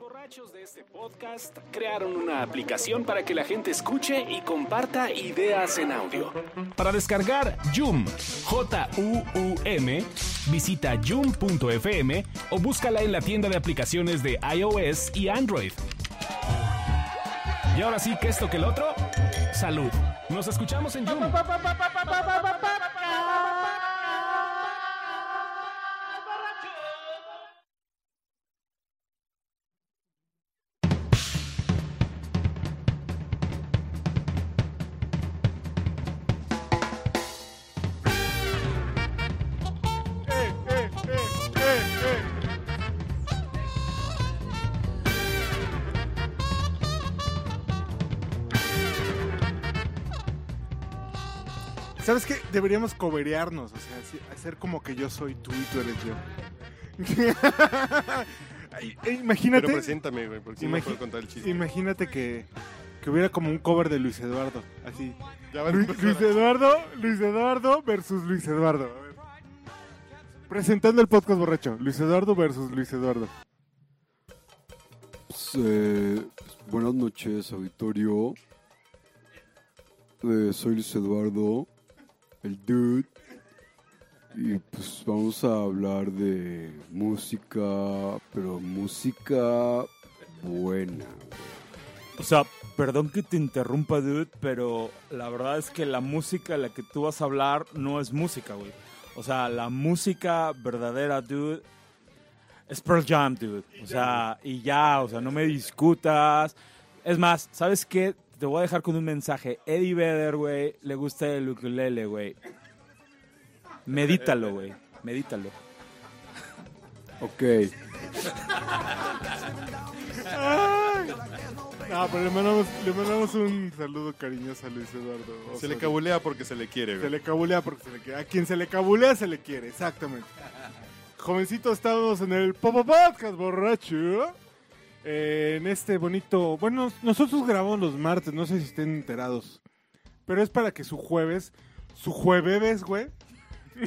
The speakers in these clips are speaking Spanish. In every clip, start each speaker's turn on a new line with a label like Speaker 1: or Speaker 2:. Speaker 1: borrachos de este podcast crearon una aplicación para que la gente escuche y comparta ideas en audio. Para descargar Joom, J-U-U-M, visita joom.fm o búscala en la tienda de aplicaciones de iOS y Android. Y ahora sí que esto que el otro, salud. Nos escuchamos en Joom.
Speaker 2: ¿Sabes qué? Deberíamos coberearnos, o sea, así- hacer como que yo soy tú y tú eres yo. Ay, eh,
Speaker 3: Pero
Speaker 2: imagínate,
Speaker 3: preséntame, güey, porque si no me
Speaker 2: Imagi-
Speaker 3: puedo contar el chiste.
Speaker 2: imagínate que, que hubiera como un cover de Luis Eduardo, así.
Speaker 3: Ya va a
Speaker 2: Lu- Luis,
Speaker 3: empezar a-
Speaker 2: Eduardo, Luis Eduardo versus Luis Eduardo. A ver. Presentando el podcast borracho, Luis Eduardo versus Luis Eduardo.
Speaker 4: Pues, eh, pues, buenas noches, auditorio. Eh, soy Luis Eduardo, el dude. Y pues vamos a hablar de música, pero música buena.
Speaker 5: O sea, perdón que te interrumpa, dude, pero la verdad es que la música de la que tú vas a hablar no es música, güey. O sea, la música verdadera, dude, es Pearl Jam, dude. O sea, y ya, o sea, no me discutas. Es más, ¿sabes qué? Te voy a dejar con un mensaje. Eddie Vedder, güey, le gusta el ukulele, güey. Medítalo, güey. Medítalo.
Speaker 4: Ok.
Speaker 2: Ah, pero le mandamos, le mandamos un saludo cariñoso a Luis Eduardo. O
Speaker 3: Se
Speaker 2: sea,
Speaker 3: le cabulea porque se le quiere,
Speaker 2: Se
Speaker 3: güey.
Speaker 2: le cabulea porque se le quiere. A quien se le cabulea se le quiere, exactamente. Jovencito, estamos en el Popo Podcast, borracho. Eh, en este bonito. Bueno, nosotros grabamos los martes, no sé si estén enterados. Pero es para que su jueves. Su jueves, güey,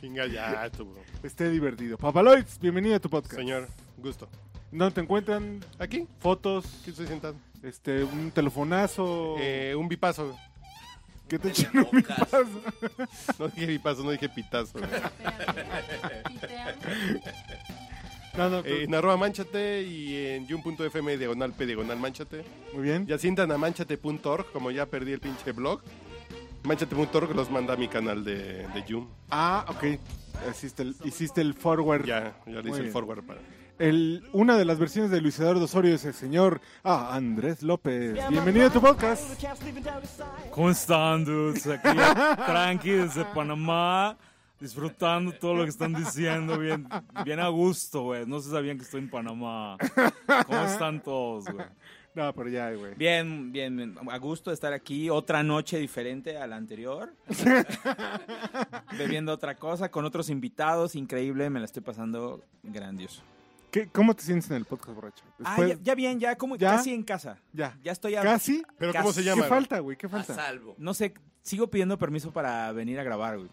Speaker 3: Chinga ya, tú, güey.
Speaker 2: esté divertido. Papaloids, bienvenido a tu podcast.
Speaker 3: Señor, gusto.
Speaker 2: ¿Dónde te encuentran?
Speaker 3: Aquí,
Speaker 2: Fotos,
Speaker 3: aquí estoy sentado.
Speaker 2: este, un telefonazo.
Speaker 3: Eh, un bipazo, güey.
Speaker 2: que te echen un bipazo.
Speaker 3: No dije bipazo, no dije pitazo, güey.
Speaker 2: No, no,
Speaker 3: Eh, en arroba manchate y en yun.fm diagonal p diagonal manchate.
Speaker 2: muy bien.
Speaker 3: Y asientan a manchate.org, como ya perdí el pinche blog. Manchate.org los manda a mi canal de, de Yum.
Speaker 2: Ah, ok. Hiciste el, hiciste el forward.
Speaker 3: Ya, ya le
Speaker 2: Muy
Speaker 3: hice el
Speaker 2: bien.
Speaker 3: forward para.
Speaker 2: El- una de las versiones de Luis Eduardo Osorio es el señor ah, Andrés López. Bienvenido a tu podcast.
Speaker 5: ¿Cómo están, dudes? Aquí, tranqui, desde Panamá, disfrutando todo lo que están diciendo, bien, bien a gusto, güey. No se sabían que estoy en Panamá. ¿Cómo están todos, güey?
Speaker 2: No, pero ya, güey.
Speaker 6: Bien, bien, bien. a gusto de estar aquí. Otra noche diferente a la anterior. Bebiendo otra cosa, con otros invitados. Increíble, me la estoy pasando grandioso.
Speaker 2: ¿Qué- ¿Cómo te sientes en el podcast, borracho?
Speaker 6: Ah,
Speaker 2: Después-
Speaker 6: ya, ya bien, ya como
Speaker 2: ¿Ya?
Speaker 6: casi en casa.
Speaker 2: ya.
Speaker 6: Ya estoy a-
Speaker 2: ¿Casi?
Speaker 3: Pero ¿cómo se
Speaker 6: Casi.
Speaker 2: ¿Qué
Speaker 3: llama? güey?
Speaker 2: falta, güey? ¿Qué
Speaker 7: A
Speaker 2: falta?
Speaker 7: salvo.
Speaker 6: No sé, sigo pidiendo permiso para venir a grabar, güey.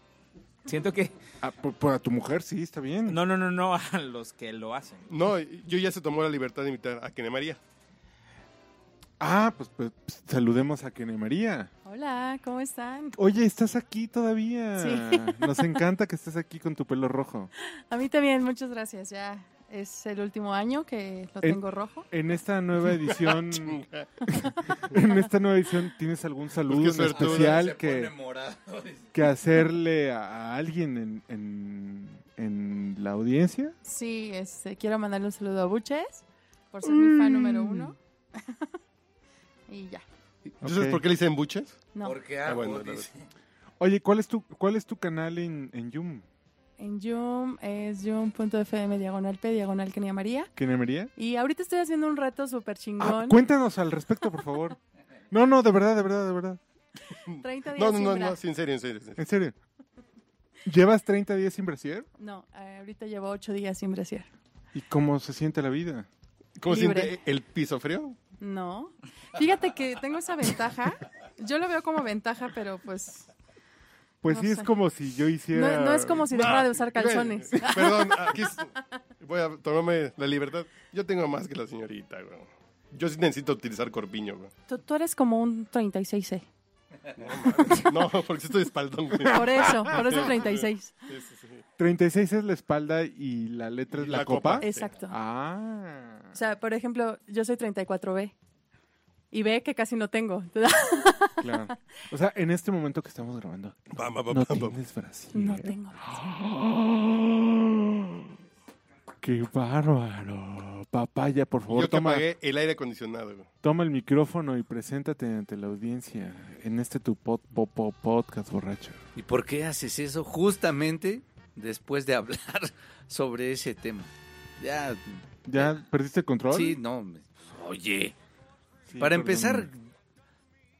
Speaker 6: Siento que.
Speaker 2: Ah, por- por a tu mujer, sí, está bien.
Speaker 6: No, no, no, no, a los que lo hacen.
Speaker 3: No, yo ya se tomó la libertad de invitar a Kene María.
Speaker 2: Ah, pues, pues, pues, saludemos a Kene María.
Speaker 8: Hola, ¿cómo están?
Speaker 2: Oye, estás aquí todavía.
Speaker 8: Sí.
Speaker 2: Nos encanta que estés aquí con tu pelo rojo.
Speaker 8: A mí también, muchas gracias. Ya es el último año que lo
Speaker 3: Eh.
Speaker 2: En-
Speaker 8: tengo rojo.
Speaker 2: En esta nueva edición, en esta nueva edición, ¿tienes algún saludo en
Speaker 3: suertudo.
Speaker 2: especial
Speaker 7: Se
Speaker 2: que
Speaker 7: pone morado.
Speaker 2: que hacerle a, a alguien en, en- en la audiencia.
Speaker 8: Sí, este, quiero mandarle un saludo a Buches por ser mi
Speaker 3: Mm.
Speaker 8: fan número uno. y ya.
Speaker 3: ¿Tú sabes
Speaker 2: Ok.
Speaker 3: por qué le dicen buches?
Speaker 8: No,
Speaker 7: Porque
Speaker 3: Ah,
Speaker 7: hago,
Speaker 3: bueno, la
Speaker 7: dice.
Speaker 2: Oye, ¿cuál es tu cuál es tu canal en, en Yum?
Speaker 8: en Yum es yum.fm diagonal p diagonal Kenia María.
Speaker 2: ¿Kinemería?
Speaker 8: Y ahorita estoy haciendo un reto súper
Speaker 2: Ah,
Speaker 8: chingón.
Speaker 2: cuéntanos al respecto, por favor. No, no, de verdad, de verdad, de verdad.
Speaker 8: 30 días
Speaker 3: No, no,
Speaker 8: sin
Speaker 3: no,
Speaker 8: bra.
Speaker 3: no, sí, en serio, en serio. en serio.
Speaker 2: En serio. ¿Llevas 30 días sin brasier?
Speaker 8: No, eh, ahorita llevo 8 días sin brasier.
Speaker 2: ¿Y cómo se siente la vida?
Speaker 3: ¿Cómo
Speaker 8: Libre.
Speaker 3: siente el piso frío?
Speaker 8: No. Fíjate que tengo esa ventaja. Yo lo veo como ventaja, pero pues
Speaker 2: Pues
Speaker 8: No
Speaker 2: sí, es
Speaker 8: sé.
Speaker 2: como si yo
Speaker 8: No,
Speaker 2: hiciera...
Speaker 8: no es como si dejara de usar
Speaker 3: Güey,
Speaker 8: calzones.
Speaker 3: Perdón, aquí es- Voy a tomarme la libertad. Yo tengo más que la señorita, güey. Yo sí necesito utilizar corpiño, güey.
Speaker 8: Tú, tú eres como un 36C.
Speaker 3: No, porque sí estoy espaldón, güey.
Speaker 8: Por eso, por eso 36.
Speaker 3: Sí, sí, sí.
Speaker 2: 36 es la espalda y la letra
Speaker 3: Y
Speaker 2: es
Speaker 3: la
Speaker 2: la, copa.
Speaker 3: copa.
Speaker 8: Exacto.
Speaker 2: Ah.
Speaker 8: O sea, por ejemplo, yo soy 34B. Y B que casi no tengo.
Speaker 2: Claro. O sea, en este momento que estamos grabando,
Speaker 3: Va, va, va,
Speaker 2: no
Speaker 3: va, va.
Speaker 2: tienes brasier.
Speaker 8: No tengo.
Speaker 2: ¡Qué bárbaro! Papaya, por favor,
Speaker 3: Yo te
Speaker 2: toma,
Speaker 3: apagué el aire acondicionado, güey.
Speaker 2: toma el micrófono y preséntate ante la audiencia en este tu pod- po- po- podcast borracho.
Speaker 7: ¿Y por qué haces eso justamente después de hablar sobre ese tema? Ya,
Speaker 2: ¿Ya perdiste el control?
Speaker 7: sí, no. me- Oye,
Speaker 2: Sí,
Speaker 7: para
Speaker 2: perdón.
Speaker 7: empezar,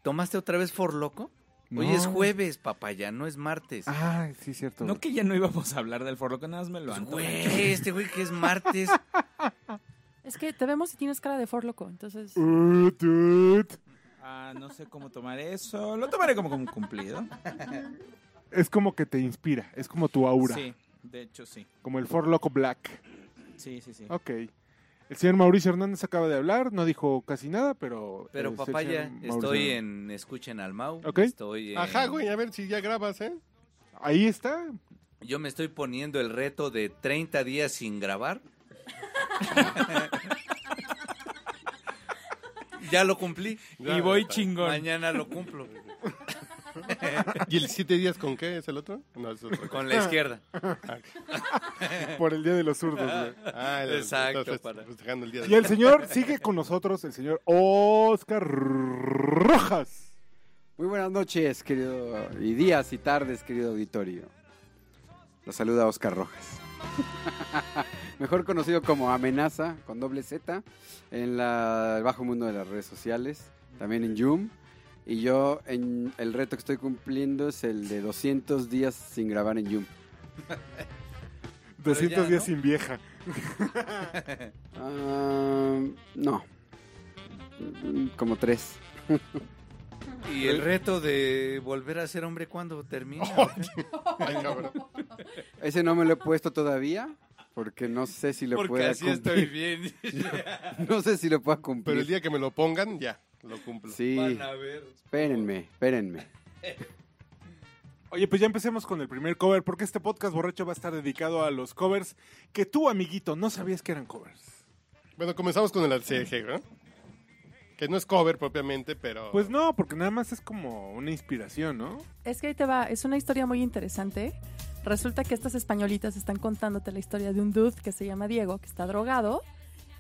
Speaker 7: ¿tomaste otra vez Forloco? Hoy
Speaker 2: No.
Speaker 7: es jueves, papá, ya no es martes.
Speaker 2: Ah, sí, cierto.
Speaker 6: No que ya no íbamos a hablar del forloco, nada más me lo
Speaker 7: Pues,
Speaker 6: antojan.
Speaker 7: güey, este güey que es martes.
Speaker 8: Es que te vemos y tienes cara de forloco. Entonces,
Speaker 2: Uh, dude.
Speaker 6: Ah, no sé cómo tomar eso. Lo tomaré como, como cumplido.
Speaker 2: Es como que te inspira, es como tu aura,
Speaker 6: Sí, de hecho sí.
Speaker 2: como el For Loco Black.
Speaker 6: Sí, sí, sí.
Speaker 2: Ok. El señor Mauricio Hernández acaba de hablar, no dijo casi nada, pero...
Speaker 7: Pero
Speaker 2: es el
Speaker 7: papá, ya
Speaker 2: señor pues, Mauricio
Speaker 7: estoy
Speaker 2: Hernández.
Speaker 7: en Escuchen al Mau.
Speaker 2: Ok.
Speaker 7: Estoy en-
Speaker 3: Ajá, güey, a ver si ya grabas, ¿eh?
Speaker 2: Ahí está.
Speaker 7: Yo me estoy poniendo el reto de 30 días sin grabar. ya lo cumplí.
Speaker 3: Ya,
Speaker 6: y
Speaker 3: ya
Speaker 6: voy
Speaker 3: está.
Speaker 6: chingón.
Speaker 7: Mañana lo cumplo.
Speaker 3: ¿Y el siete días con qué? ¿Es el otro? No, es otro.
Speaker 7: Con la izquierda.
Speaker 2: Por el Día de los Zurdos, güey.
Speaker 3: Ah, el,
Speaker 7: Exacto,
Speaker 3: estás fest-
Speaker 7: para-
Speaker 3: festejando el día de-
Speaker 2: Y el señor sigue con nosotros, el señor Oscar Rojas.
Speaker 4: Muy buenas noches, querido, y días y tardes, querido auditorio. Los saluda Oscar Rojas. Mejor conocido como Amenaza, con doble Z, en la- el bajo mundo de las redes sociales, también en Zoom. Y yo, en el reto que estoy cumpliendo es el de 200 días sin grabar en Zoom.
Speaker 2: 200
Speaker 7: ya,
Speaker 2: días
Speaker 7: ¿no?
Speaker 2: sin vieja.
Speaker 4: Ah, no, Mm, como tres.
Speaker 7: Y el reto de volver a ser hombre cuando termina.
Speaker 3: Ay, cabrón.
Speaker 4: Ese no me lo he puesto todavía, porque no sé si lo
Speaker 7: porque
Speaker 4: pueda
Speaker 7: así estoy
Speaker 4: cumplir.
Speaker 7: bien.
Speaker 4: No sé si lo pueda cumplir.
Speaker 3: Pero el día que me lo pongan, ya, lo cumplo.
Speaker 4: Sí,
Speaker 7: Van a ver.
Speaker 4: espérenme, espérenme.
Speaker 2: Oye, pues ya empecemos con el primer cover, porque este podcast borracho va a estar dedicado a los covers que tú, amiguito, no sabías que eran covers.
Speaker 3: Bueno, comenzamos con el ACG, ¿no? ¿Eh? Que no es cover propiamente, pero...
Speaker 2: Pues no, porque nada más es como una inspiración, ¿no?
Speaker 8: es que ahí te va. Es una historia muy interesante. Resulta que estas españolitas están contándote la historia de un dude que se llama Diego, que está drogado.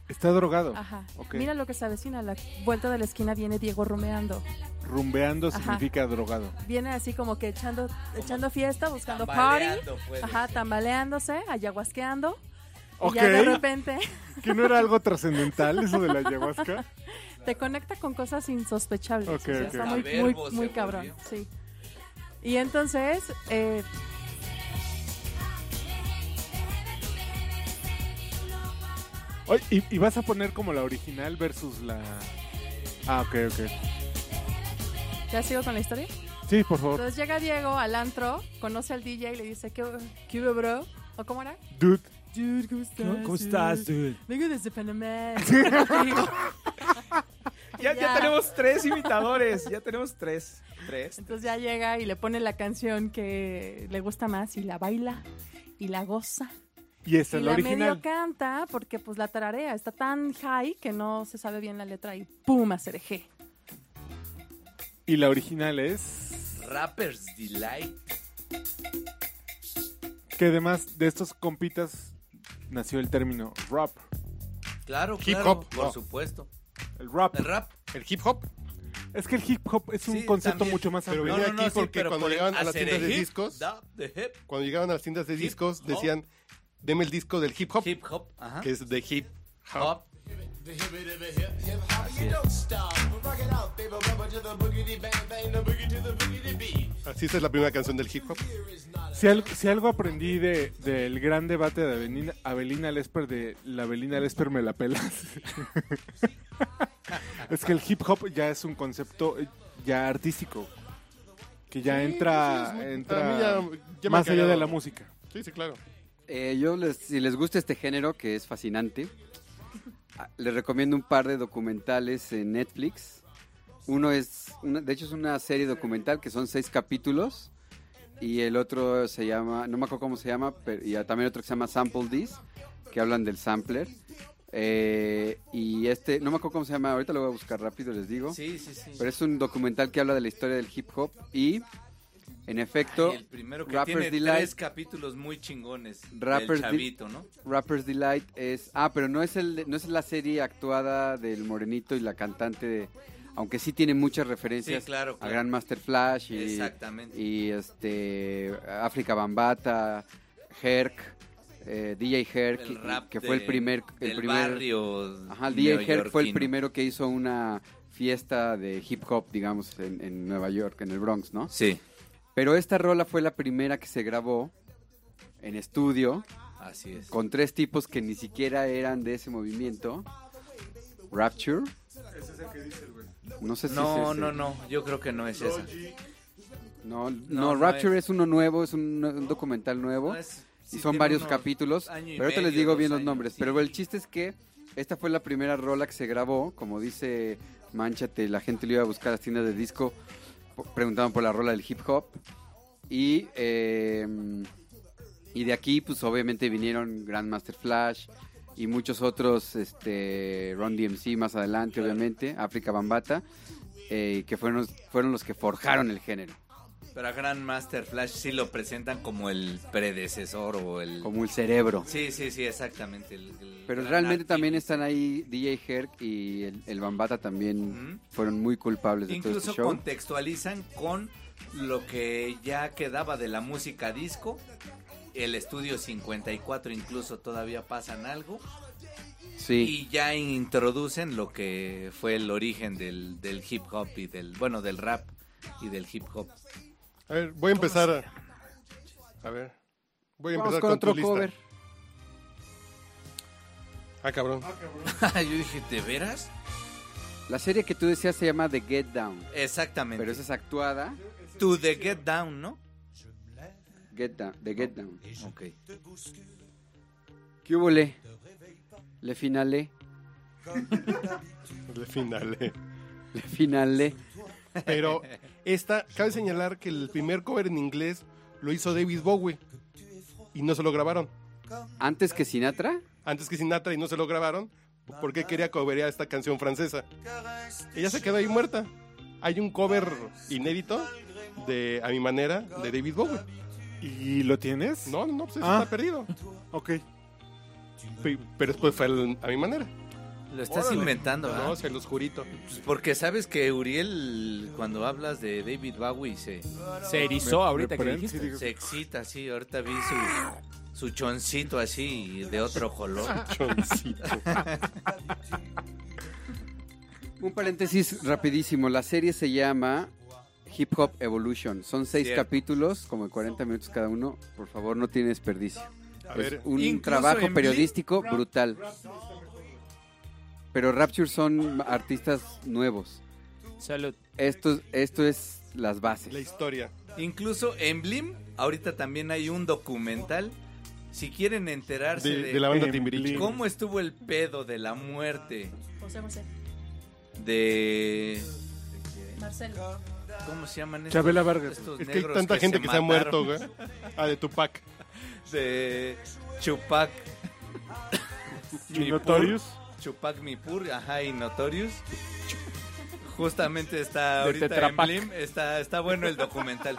Speaker 2: Está drogado.
Speaker 8: Ajá.
Speaker 2: Ok.
Speaker 8: Mira lo que se avecina. A la vuelta de la esquina viene Diego rumeando.
Speaker 2: Rumbeando
Speaker 8: Ajá.
Speaker 2: significa drogado.
Speaker 8: Viene así como que echando, echando fiesta, buscando party.
Speaker 7: Tambaleando, pues.
Speaker 8: Ajá, tambaleándose, ayahuasqueando.
Speaker 2: Ok.
Speaker 8: Y ya de repente
Speaker 2: Que no era algo trascendental eso de la ayahuasca.
Speaker 8: te conecta con cosas insospechables. o
Speaker 2: Ok,
Speaker 8: sea,
Speaker 2: ok.
Speaker 8: Está
Speaker 7: Hasta
Speaker 8: muy, muy,
Speaker 7: verbo se
Speaker 8: muy cabrón.
Speaker 7: volvió.
Speaker 8: Sí. Y entonces, eh,
Speaker 2: Oye, y, y vas a poner como la original versus la... Ah, ok, ok.
Speaker 8: ¿ya sigo con la historia?
Speaker 2: Sí, por favor.
Speaker 8: Entonces llega Diego al antro, conoce al DJ y le dice, ¿qué, qué hubo, bro? ¿O cómo era?
Speaker 2: Dude.
Speaker 8: Dude, ¿cómo estás?
Speaker 5: ¿Cómo estás, dude?
Speaker 8: Vengo desde Panamá.
Speaker 6: Ya, ya
Speaker 8: Ya.
Speaker 6: tenemos tres imitadores. Ya tenemos tres. Tres.
Speaker 8: Entonces ya llega y le pone la canción que le gusta más y la baila y la goza.
Speaker 2: Y esta
Speaker 8: y
Speaker 2: es
Speaker 8: la
Speaker 2: la
Speaker 8: medio
Speaker 2: original.
Speaker 8: canta porque pues la tararea está tan high que no se sabe bien la letra y ¡pum! hacer G.
Speaker 2: Y la original es...
Speaker 7: Rappers Delight.
Speaker 2: Que además de estos compitas nació el término rap.
Speaker 7: Claro,
Speaker 3: Hip
Speaker 7: claro.
Speaker 3: hop,
Speaker 7: Por
Speaker 3: no.
Speaker 7: supuesto.
Speaker 2: El rap.
Speaker 7: El rap.
Speaker 3: ¿El hip hop?
Speaker 2: Es que el hip hop es un
Speaker 7: Sí,
Speaker 2: concepto
Speaker 7: también.
Speaker 2: mucho más
Speaker 3: Pero
Speaker 2: amplio.
Speaker 3: venía aquí porque
Speaker 7: pero
Speaker 3: cuando
Speaker 7: por el
Speaker 3: llegaban a las
Speaker 7: hacer
Speaker 3: tiendas
Speaker 7: el
Speaker 3: de
Speaker 7: hip,
Speaker 3: discos,
Speaker 7: da, the hip,
Speaker 3: Cuando llegaban a las tiendas de
Speaker 7: Hip
Speaker 3: discos,
Speaker 7: hop.
Speaker 3: decían, deme el disco del hip hop,
Speaker 7: hip hop. Ajá.
Speaker 3: que es de hip hop.
Speaker 7: Hop.
Speaker 3: Así esa es la primera canción del hip hop.
Speaker 2: Si, al- si algo aprendí de- del gran debate de Avelina, Avelina Lesper, de la Avelina Lesper me la pelas. es que el hip hop ya es un concepto eh, ya artístico. Que ya
Speaker 3: Sí,
Speaker 2: entra,
Speaker 3: pues es muy- a
Speaker 2: entra
Speaker 3: mí ya- ya me
Speaker 2: más
Speaker 3: ha
Speaker 2: allá de
Speaker 3: cagado.
Speaker 2: la música.
Speaker 3: Sí, sí, claro.
Speaker 4: Eh, yo, les- si les gusta este género, que es fascinante, a- les recomiendo un par de documentales en Netflix. Uno es, una- de hecho, es una serie documental que son seis capítulos. Y el otro se llama, no me acuerdo cómo se llama, pero, y también otro que se llama Sample This, que hablan del sampler. Eh, y este, no me acuerdo cómo se llama, ahorita lo voy a buscar rápido, les digo.
Speaker 7: Sí, sí, sí.
Speaker 4: Pero es un documental que habla de la historia del hip hop y, en efecto,
Speaker 7: Ay, el primero que
Speaker 4: Rapper's
Speaker 7: tiene
Speaker 4: Delight.
Speaker 7: tres capítulos muy chingones.
Speaker 4: Rapper's
Speaker 7: Rapper chavito, ¿no?
Speaker 4: Rapper's Delight es. Ah, pero no es, el, no es la serie actuada del Morenito y la cantante de. Aunque sí tiene muchas referencias
Speaker 7: Sí, claro,
Speaker 4: a
Speaker 7: claro.
Speaker 4: Grandmaster Flash y,
Speaker 7: Exactamente.
Speaker 4: y este África Bambata, Herc, eh, DJ Herc,
Speaker 7: el rap
Speaker 4: que fue el
Speaker 7: de-
Speaker 4: primer. El
Speaker 7: del
Speaker 4: primer
Speaker 7: barrio.
Speaker 4: Ajá, el DJ Herc fue el
Speaker 7: neoyorquino.
Speaker 4: primero que hizo una fiesta de hip hop, digamos, en, en Nueva York, en el Bronx, ¿no?
Speaker 7: Sí,
Speaker 4: Pero esta rola fue la primera que se grabó en estudio
Speaker 7: así es.
Speaker 4: con tres tipos que ni siquiera eran de ese movimiento. Rapture. No sé si es
Speaker 7: No,
Speaker 4: ese.
Speaker 7: no, no, yo creo que no es esa.
Speaker 4: No,
Speaker 7: No,
Speaker 4: no,
Speaker 7: no
Speaker 4: Rapture
Speaker 7: es.
Speaker 4: es. uno nuevo, es un, un documental nuevo.
Speaker 7: No, es-
Speaker 4: y
Speaker 7: sí
Speaker 4: son
Speaker 7: tiene
Speaker 4: varios
Speaker 7: unos
Speaker 4: capítulos.
Speaker 7: año y
Speaker 4: Pero ahorita les
Speaker 7: medio,
Speaker 4: digo
Speaker 7: dos
Speaker 4: bien los
Speaker 7: años,
Speaker 4: nombres.
Speaker 7: sí.
Speaker 4: Pero el chiste es que esta fue la primera rola que se grabó. Como dice Manchate, la gente lo iba a buscar a las tiendas de disco. po- Preguntaban por la rola del hip hop. Y, eh, y de aquí, pues obviamente vinieron Grandmaster Flash y muchos otros. Este, Ron DMC más adelante, obviamente. África Bambata. eh, que fueron, fueron los que forjaron el género.
Speaker 7: Pero a Grandmaster Flash sí lo presentan como el predecesor o el...
Speaker 4: Como el cerebro.
Speaker 7: Sí, sí, sí, exactamente. el- el
Speaker 4: Pero
Speaker 7: gran
Speaker 4: realmente
Speaker 7: activista.
Speaker 4: también están ahí DJ Herc y el, el Bambata también
Speaker 7: Ujú.
Speaker 4: fueron muy culpables de todo este
Speaker 7: Incluso
Speaker 4: show.
Speaker 7: contextualizan con lo que ya quedaba de la música disco. El estudio 54 incluso todavía pasan algo.
Speaker 4: Sí,
Speaker 7: Y ya introducen lo que fue el origen del, del hip hop y del, bueno, del rap y del hip hop.
Speaker 3: A ver, voy a empezar. A, a ver. Voy a
Speaker 4: vamos
Speaker 3: empezar
Speaker 4: con
Speaker 3: con, tu
Speaker 4: otro
Speaker 3: lista.
Speaker 4: cover.
Speaker 3: Ah, cabrón.
Speaker 7: Yo dije, ¿de veras?
Speaker 4: La serie que tú decías se llama The Get Down,
Speaker 7: Exactamente.
Speaker 4: pero esa es actuada.
Speaker 7: To the Get Down, ¿no?
Speaker 4: Get Down, The Get Down.
Speaker 7: Ok.
Speaker 4: ¿Qué hubo le? Le finale,
Speaker 3: El final. eh.
Speaker 4: le finale.
Speaker 3: Pero esta, cabe señalar que el primer cover en inglés lo hizo David Bowie. Y no se lo grabaron.
Speaker 4: Antes que Sinatra,
Speaker 3: Antes que Sinatra y no se lo grabaron. Porque quería coverear esta canción francesa. Ella se quedó ahí muerta. Hay un cover inédito de A mi manera de David Bowie.
Speaker 2: ¿Y lo tienes?
Speaker 3: No, no, no, pues eso
Speaker 2: Ah.
Speaker 3: está perdido.
Speaker 2: Ok.
Speaker 3: Pe- Pero después fue al- a mi manera.
Speaker 7: Lo estás
Speaker 3: Órale.
Speaker 7: inventando, ¿verdad?
Speaker 3: No, se los jurito.
Speaker 7: Pues porque sabes que Uriel, cuando hablas de David Bowie, se,
Speaker 6: Se erizó ahorita que
Speaker 2: Prende,
Speaker 6: dijiste.
Speaker 2: sí, digo,
Speaker 7: se excita así. Ahorita vi su, su choncito así de otro color.
Speaker 3: Choncito.
Speaker 4: un paréntesis rapidísimo. La serie se llama Hip Hop Evolution. Son seis
Speaker 7: Cierto.
Speaker 4: capítulos, como de 40 minutos cada uno. Por favor, no tiene desperdicio.
Speaker 3: A
Speaker 4: Es
Speaker 3: ver,
Speaker 4: un
Speaker 7: Incluso
Speaker 4: trabajo
Speaker 7: en
Speaker 4: periodístico brutal. Pero Rapture son artistas nuevos.
Speaker 6: Salud.
Speaker 4: Esto, esto es las
Speaker 3: la
Speaker 4: bases.
Speaker 3: historia.
Speaker 7: Incluso en Blim, ahorita también hay un documental. Si quieren enterarse de,
Speaker 3: De, de la banda
Speaker 2: Eh,
Speaker 3: Timbiriche.
Speaker 7: cómo estuvo el pedo de la muerte
Speaker 9: José José.
Speaker 7: de...
Speaker 9: Marcelo.
Speaker 7: ¿Cómo se llaman estos?
Speaker 2: Chabela Vargas.
Speaker 7: estos
Speaker 3: Es que hay
Speaker 7: negros
Speaker 3: tanta gente que se ha muerto,
Speaker 7: mataron?
Speaker 3: güey. Ah, de Tupac.
Speaker 7: De Chupac.
Speaker 2: ¿Y Notorious?
Speaker 7: Chupac Mipur, ajá, y Notorious. Justamente está
Speaker 6: De
Speaker 7: ahorita
Speaker 6: Tetra
Speaker 7: en
Speaker 6: Pak.
Speaker 7: Blim, está, está bueno el documental.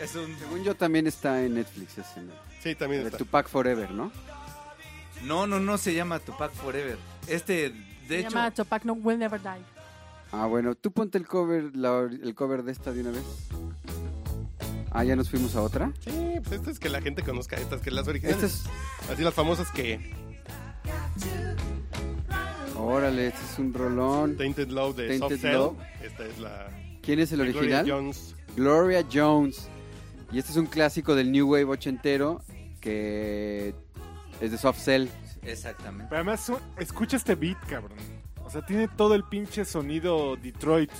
Speaker 7: Es un...
Speaker 4: Según yo también está en Netflix ese, ¿no?
Speaker 3: Sí, también
Speaker 4: De
Speaker 3: está.
Speaker 4: Tupac Forever, ¿no?
Speaker 7: No, no, no se llama Tupac Forever. Este, de
Speaker 8: Se
Speaker 7: hecho,
Speaker 8: llama Tupac No Will Never Die.
Speaker 4: Ah, bueno, tú ponte el cover, la or- el cover de esta de una vez. Ah, ya nos fuimos a otra.
Speaker 3: Sí, pues esto es que la gente conozca estas, que las originales.
Speaker 4: Esta es,
Speaker 3: Así las famosas que
Speaker 4: órale, este es un rolón.
Speaker 3: Tainted Love de
Speaker 4: Tainted
Speaker 3: Soft Cell.
Speaker 4: Love.
Speaker 3: Esta es la
Speaker 4: ¿Quién es el
Speaker 3: de Gloria
Speaker 4: original?
Speaker 3: Jones.
Speaker 4: Gloria Jones. Y este es un clásico del New Wave ochentero que es de Soft Cell.
Speaker 7: exactamente.
Speaker 2: Pero además, su- escucha este beat, cabrón. O sea, tiene todo el pinche sonido Detroit.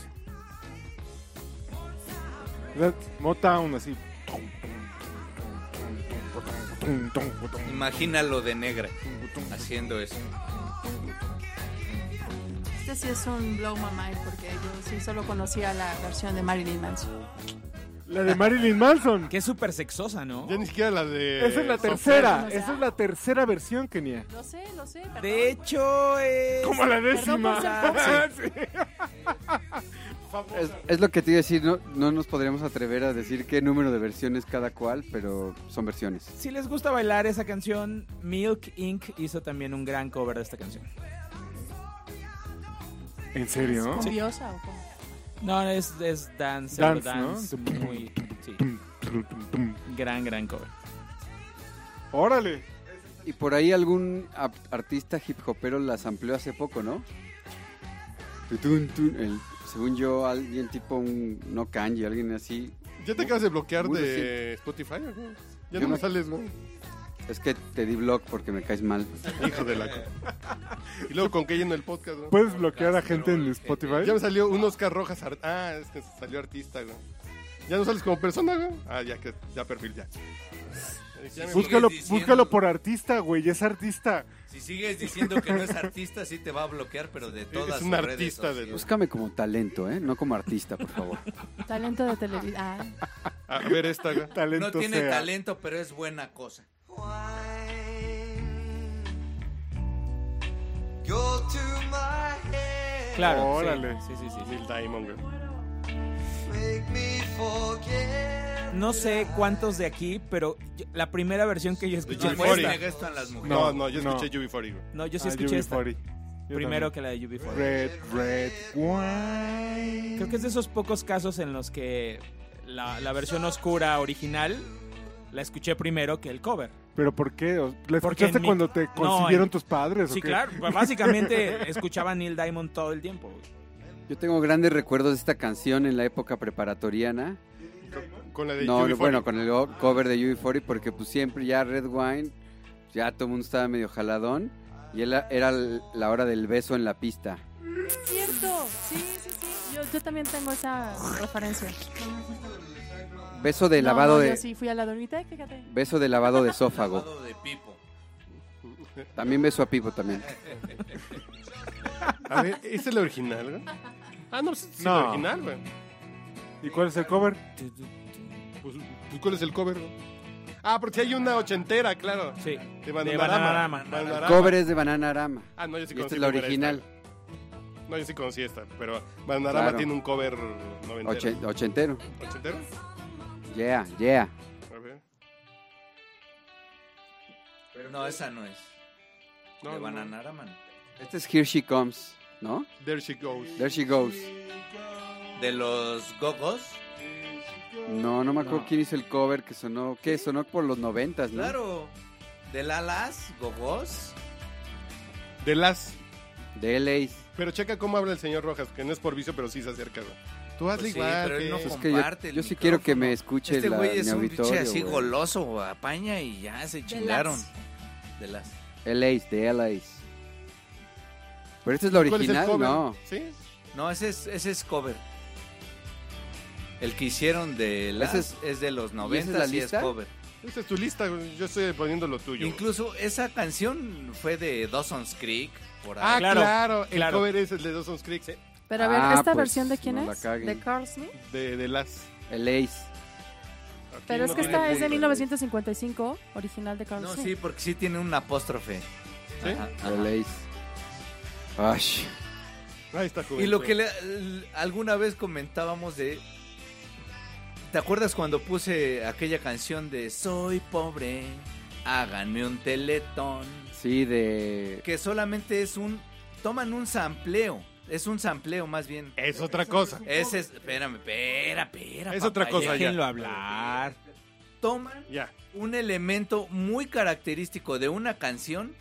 Speaker 2: ¿Verdad? Motown, así.
Speaker 7: Imagínalo de negra haciendo eso.
Speaker 8: Este sí es un blow my mind porque yo sí solo conocía la versión de Marilyn Manson.
Speaker 2: La de Marilyn Manson.
Speaker 6: Que es súper sexosa, ¿no?
Speaker 3: Ya ni siquiera la de.
Speaker 2: Esa es la
Speaker 3: Software.
Speaker 2: tercera.
Speaker 8: Software.
Speaker 2: Esa es la tercera versión, Kenia.
Speaker 8: Lo sé, lo sé. Perdón.
Speaker 6: De hecho, es...
Speaker 2: Como la décima.
Speaker 8: Perdón
Speaker 4: Es, es lo que te iba a decir, no, no nos podríamos atrever a decir qué número de versiones cada cual, pero son versiones.
Speaker 6: Si les gusta bailar esa canción, Milk Inc. hizo también un gran cover de esta canción.
Speaker 2: ¿En serio?
Speaker 8: ¿Es curiosa o cómo?
Speaker 6: No, es, es Dance, Ever
Speaker 2: Dance, ¿no?
Speaker 6: Dance, muy- sí, gran, gran cover.
Speaker 2: Órale.
Speaker 4: Y por ahí algún ap- artista hip hopero las amplió hace poco, ¿no? Tutun, tun, el- según yo, alguien tipo un no kanji, alguien así.
Speaker 3: Ya te acabas de bloquear
Speaker 4: Uh, Muy
Speaker 3: de Spotify, ¿o qué? Ya
Speaker 4: Yo
Speaker 3: no me
Speaker 4: no-
Speaker 3: sales, güey.
Speaker 4: Es que te di blog porque me caes mal.
Speaker 3: Hijo de la. co- y luego con qué lleno el podcast, güey.
Speaker 2: ¿Puedes bloquear a gente en Spotify?
Speaker 3: Ya me salió un Oscar Rojas. ar- Ah, es que salió artista, güey. Ya no sales como persona, güey. Ah, ya que ya perfil ya. Ya me-
Speaker 2: Búscalo,
Speaker 7: Sigues diciendo.
Speaker 2: búscalo por artista, güey. Es artista.
Speaker 7: Si sigues diciendo que no es artista, sí te va a bloquear, pero de todas
Speaker 3: Es un
Speaker 7: sus redes
Speaker 3: artista de
Speaker 7: sociales.
Speaker 4: Búscame como talento, ¿eh? No como artista, por favor.
Speaker 8: Talento de televisión. Ah,
Speaker 3: A ver esta, güey.
Speaker 2: Talento
Speaker 7: No tiene
Speaker 2: sea.
Speaker 7: talento, pero es buena cosa.
Speaker 6: Claro. sí,
Speaker 2: Órale.
Speaker 6: Sí, sí, sí, sí.
Speaker 3: Neil Diamond, güey.
Speaker 6: No sé cuántos de aquí, pero yo- la primera versión que yo escuché
Speaker 7: No
Speaker 3: Jim
Speaker 6: fue
Speaker 7: puedes
Speaker 3: Forty.
Speaker 6: esta.
Speaker 7: negar esto a las mujeres.
Speaker 3: No,
Speaker 2: No,
Speaker 3: no, yo
Speaker 2: no.
Speaker 3: escuché UB40, güey.
Speaker 6: No, yo sí
Speaker 2: Ah,
Speaker 6: escuché esta.
Speaker 2: UB40. Yo
Speaker 6: Primero
Speaker 2: también.
Speaker 6: que la de UB40.
Speaker 2: Red, red, wine.
Speaker 6: Creo que es de esos pocos casos en los que la, la versión oscura original la escuché primero que el cover.
Speaker 2: ¿Pero por qué? ¿O- ¿La
Speaker 6: Porque en
Speaker 2: escuchaste
Speaker 6: mi-
Speaker 2: cuando te
Speaker 6: No,
Speaker 2: concibieron
Speaker 6: en-
Speaker 2: tus padres? o
Speaker 6: Sí,
Speaker 2: qué?
Speaker 6: claro. pues Básicamente escuchaba a Neil Diamond todo el tiempo. güey.
Speaker 4: Yo tengo grandes recuerdos de esta canción en la época preparatoriana.
Speaker 3: Con la de
Speaker 4: No,
Speaker 3: UB40.
Speaker 4: bueno, con el go- cover de UB40 porque pues siempre ya Red Wine, ya todo el mundo estaba medio jaladón y él era el- la hora del beso en la pista.
Speaker 8: es cierto. Sí, sí, sí. Yo, yo también tengo esa referencia.
Speaker 4: Beso de
Speaker 8: No,
Speaker 4: lavado
Speaker 8: no,
Speaker 4: de
Speaker 8: Yo sí fui a la dormita, fíjate.
Speaker 4: beso de lavado de esófago.
Speaker 7: Lavado de pipo.
Speaker 4: También beso a Pipo también.
Speaker 3: A ver, ¿es el original, güey? Ah, no, es es
Speaker 2: No.
Speaker 3: el original, güey.
Speaker 2: ¿Y cuál es el cover?
Speaker 3: Pues, pues, ¿cuál es el cover, güey? Ah, porque hay una ochentera, claro.
Speaker 6: Sí.
Speaker 3: De
Speaker 6: Bananarama.
Speaker 3: Bananarama. Bananarama.
Speaker 4: Cover es de Bananarama.
Speaker 3: Ah, no, yo sí
Speaker 4: Y esta
Speaker 3: conocí
Speaker 4: es la
Speaker 3: primero
Speaker 4: original,
Speaker 3: esta. No, yo sí conocí esta, pero Bananarama
Speaker 4: Claro.
Speaker 3: tiene un cover
Speaker 4: oche-
Speaker 3: noventero.
Speaker 4: ochentero.
Speaker 3: ¿Ochentero?
Speaker 4: Yeah, yeah.
Speaker 3: A ver.
Speaker 7: No, esa no es.
Speaker 3: No, no, no.
Speaker 7: de Bananarama. no.
Speaker 4: Este es Here She Comes, ¿no?
Speaker 3: There she goes.
Speaker 4: There She Goes.
Speaker 7: De los Gogos.
Speaker 4: No, no me acuerdo quién hizo el cover que sonó, ¿qué? Sonó por los noventas, ¿no?
Speaker 7: Claro. De Lalas, Gogos.
Speaker 3: De las.
Speaker 4: De LA's.
Speaker 3: Pero checa cómo habla el señor Rojas, que no es por vicio, pero sí se acerca. güey. Tú hazle
Speaker 7: Pues sí,
Speaker 3: igual.
Speaker 7: pero él
Speaker 3: que-
Speaker 7: no
Speaker 4: Es que yo,
Speaker 7: Comparte el
Speaker 4: yo sí quiero que me
Speaker 7: micrófono.
Speaker 4: escuche
Speaker 7: Este
Speaker 4: la,
Speaker 7: güey
Speaker 4: mi
Speaker 7: es un biche
Speaker 4: auditorio.
Speaker 7: así
Speaker 4: güey.
Speaker 7: goloso, apaña y ya se chingaron. De las.
Speaker 4: LA's, de LA's. Pero esta es la
Speaker 3: ¿Cuál es el
Speaker 4: original,
Speaker 3: cover?
Speaker 4: no.
Speaker 3: Sí.
Speaker 7: No, ese es, ese es cover. El que hicieron de las
Speaker 4: Ese
Speaker 7: es, de los
Speaker 4: ¿y esa es
Speaker 7: 90
Speaker 4: la
Speaker 7: y es
Speaker 4: lista?
Speaker 7: cover.
Speaker 3: Esa es tu lista, güey. yo estoy poniendo lo tuyo. güey.
Speaker 7: Incluso esa canción fue de Dawson's Creek. Por
Speaker 3: Ah,
Speaker 7: ahí.
Speaker 3: claro,
Speaker 6: Claro,
Speaker 3: El
Speaker 6: claro.
Speaker 3: cover es el de Dawson's Creek,
Speaker 8: Pero a ver,
Speaker 4: Ah,
Speaker 8: ¿esta
Speaker 4: pues,
Speaker 8: versión de quién
Speaker 4: no la
Speaker 8: es?
Speaker 4: caguen.
Speaker 8: De Carl Smith.
Speaker 3: de, de las.
Speaker 4: LA's.
Speaker 3: Aquí
Speaker 8: Pero es
Speaker 3: no
Speaker 8: que
Speaker 3: tiene
Speaker 8: esta es de
Speaker 3: punto. ¿eh?
Speaker 8: 1955, original de Carl
Speaker 7: No,
Speaker 8: Smith.
Speaker 7: sí, porque sí tiene un apóstrofe.
Speaker 3: ¿Sí?
Speaker 7: Ajá, ajá.
Speaker 4: LA's. Ay,
Speaker 3: Ahí está,
Speaker 7: Y lo que le- l- alguna vez comentábamos de... ¿Te acuerdas cuando puse aquella canción de Soy pobre, háganme un teletón?
Speaker 4: sí, de...
Speaker 7: Que solamente es un... Toman un sampleo. Es un sampleo más bien.
Speaker 3: Es otra cosa.
Speaker 7: Ese es... Espérame, espera, espera.
Speaker 3: Es otra cosa,
Speaker 7: papaya.
Speaker 6: Déjenlo hablar.
Speaker 7: Toman
Speaker 3: Ya.
Speaker 7: un elemento muy característico de una canción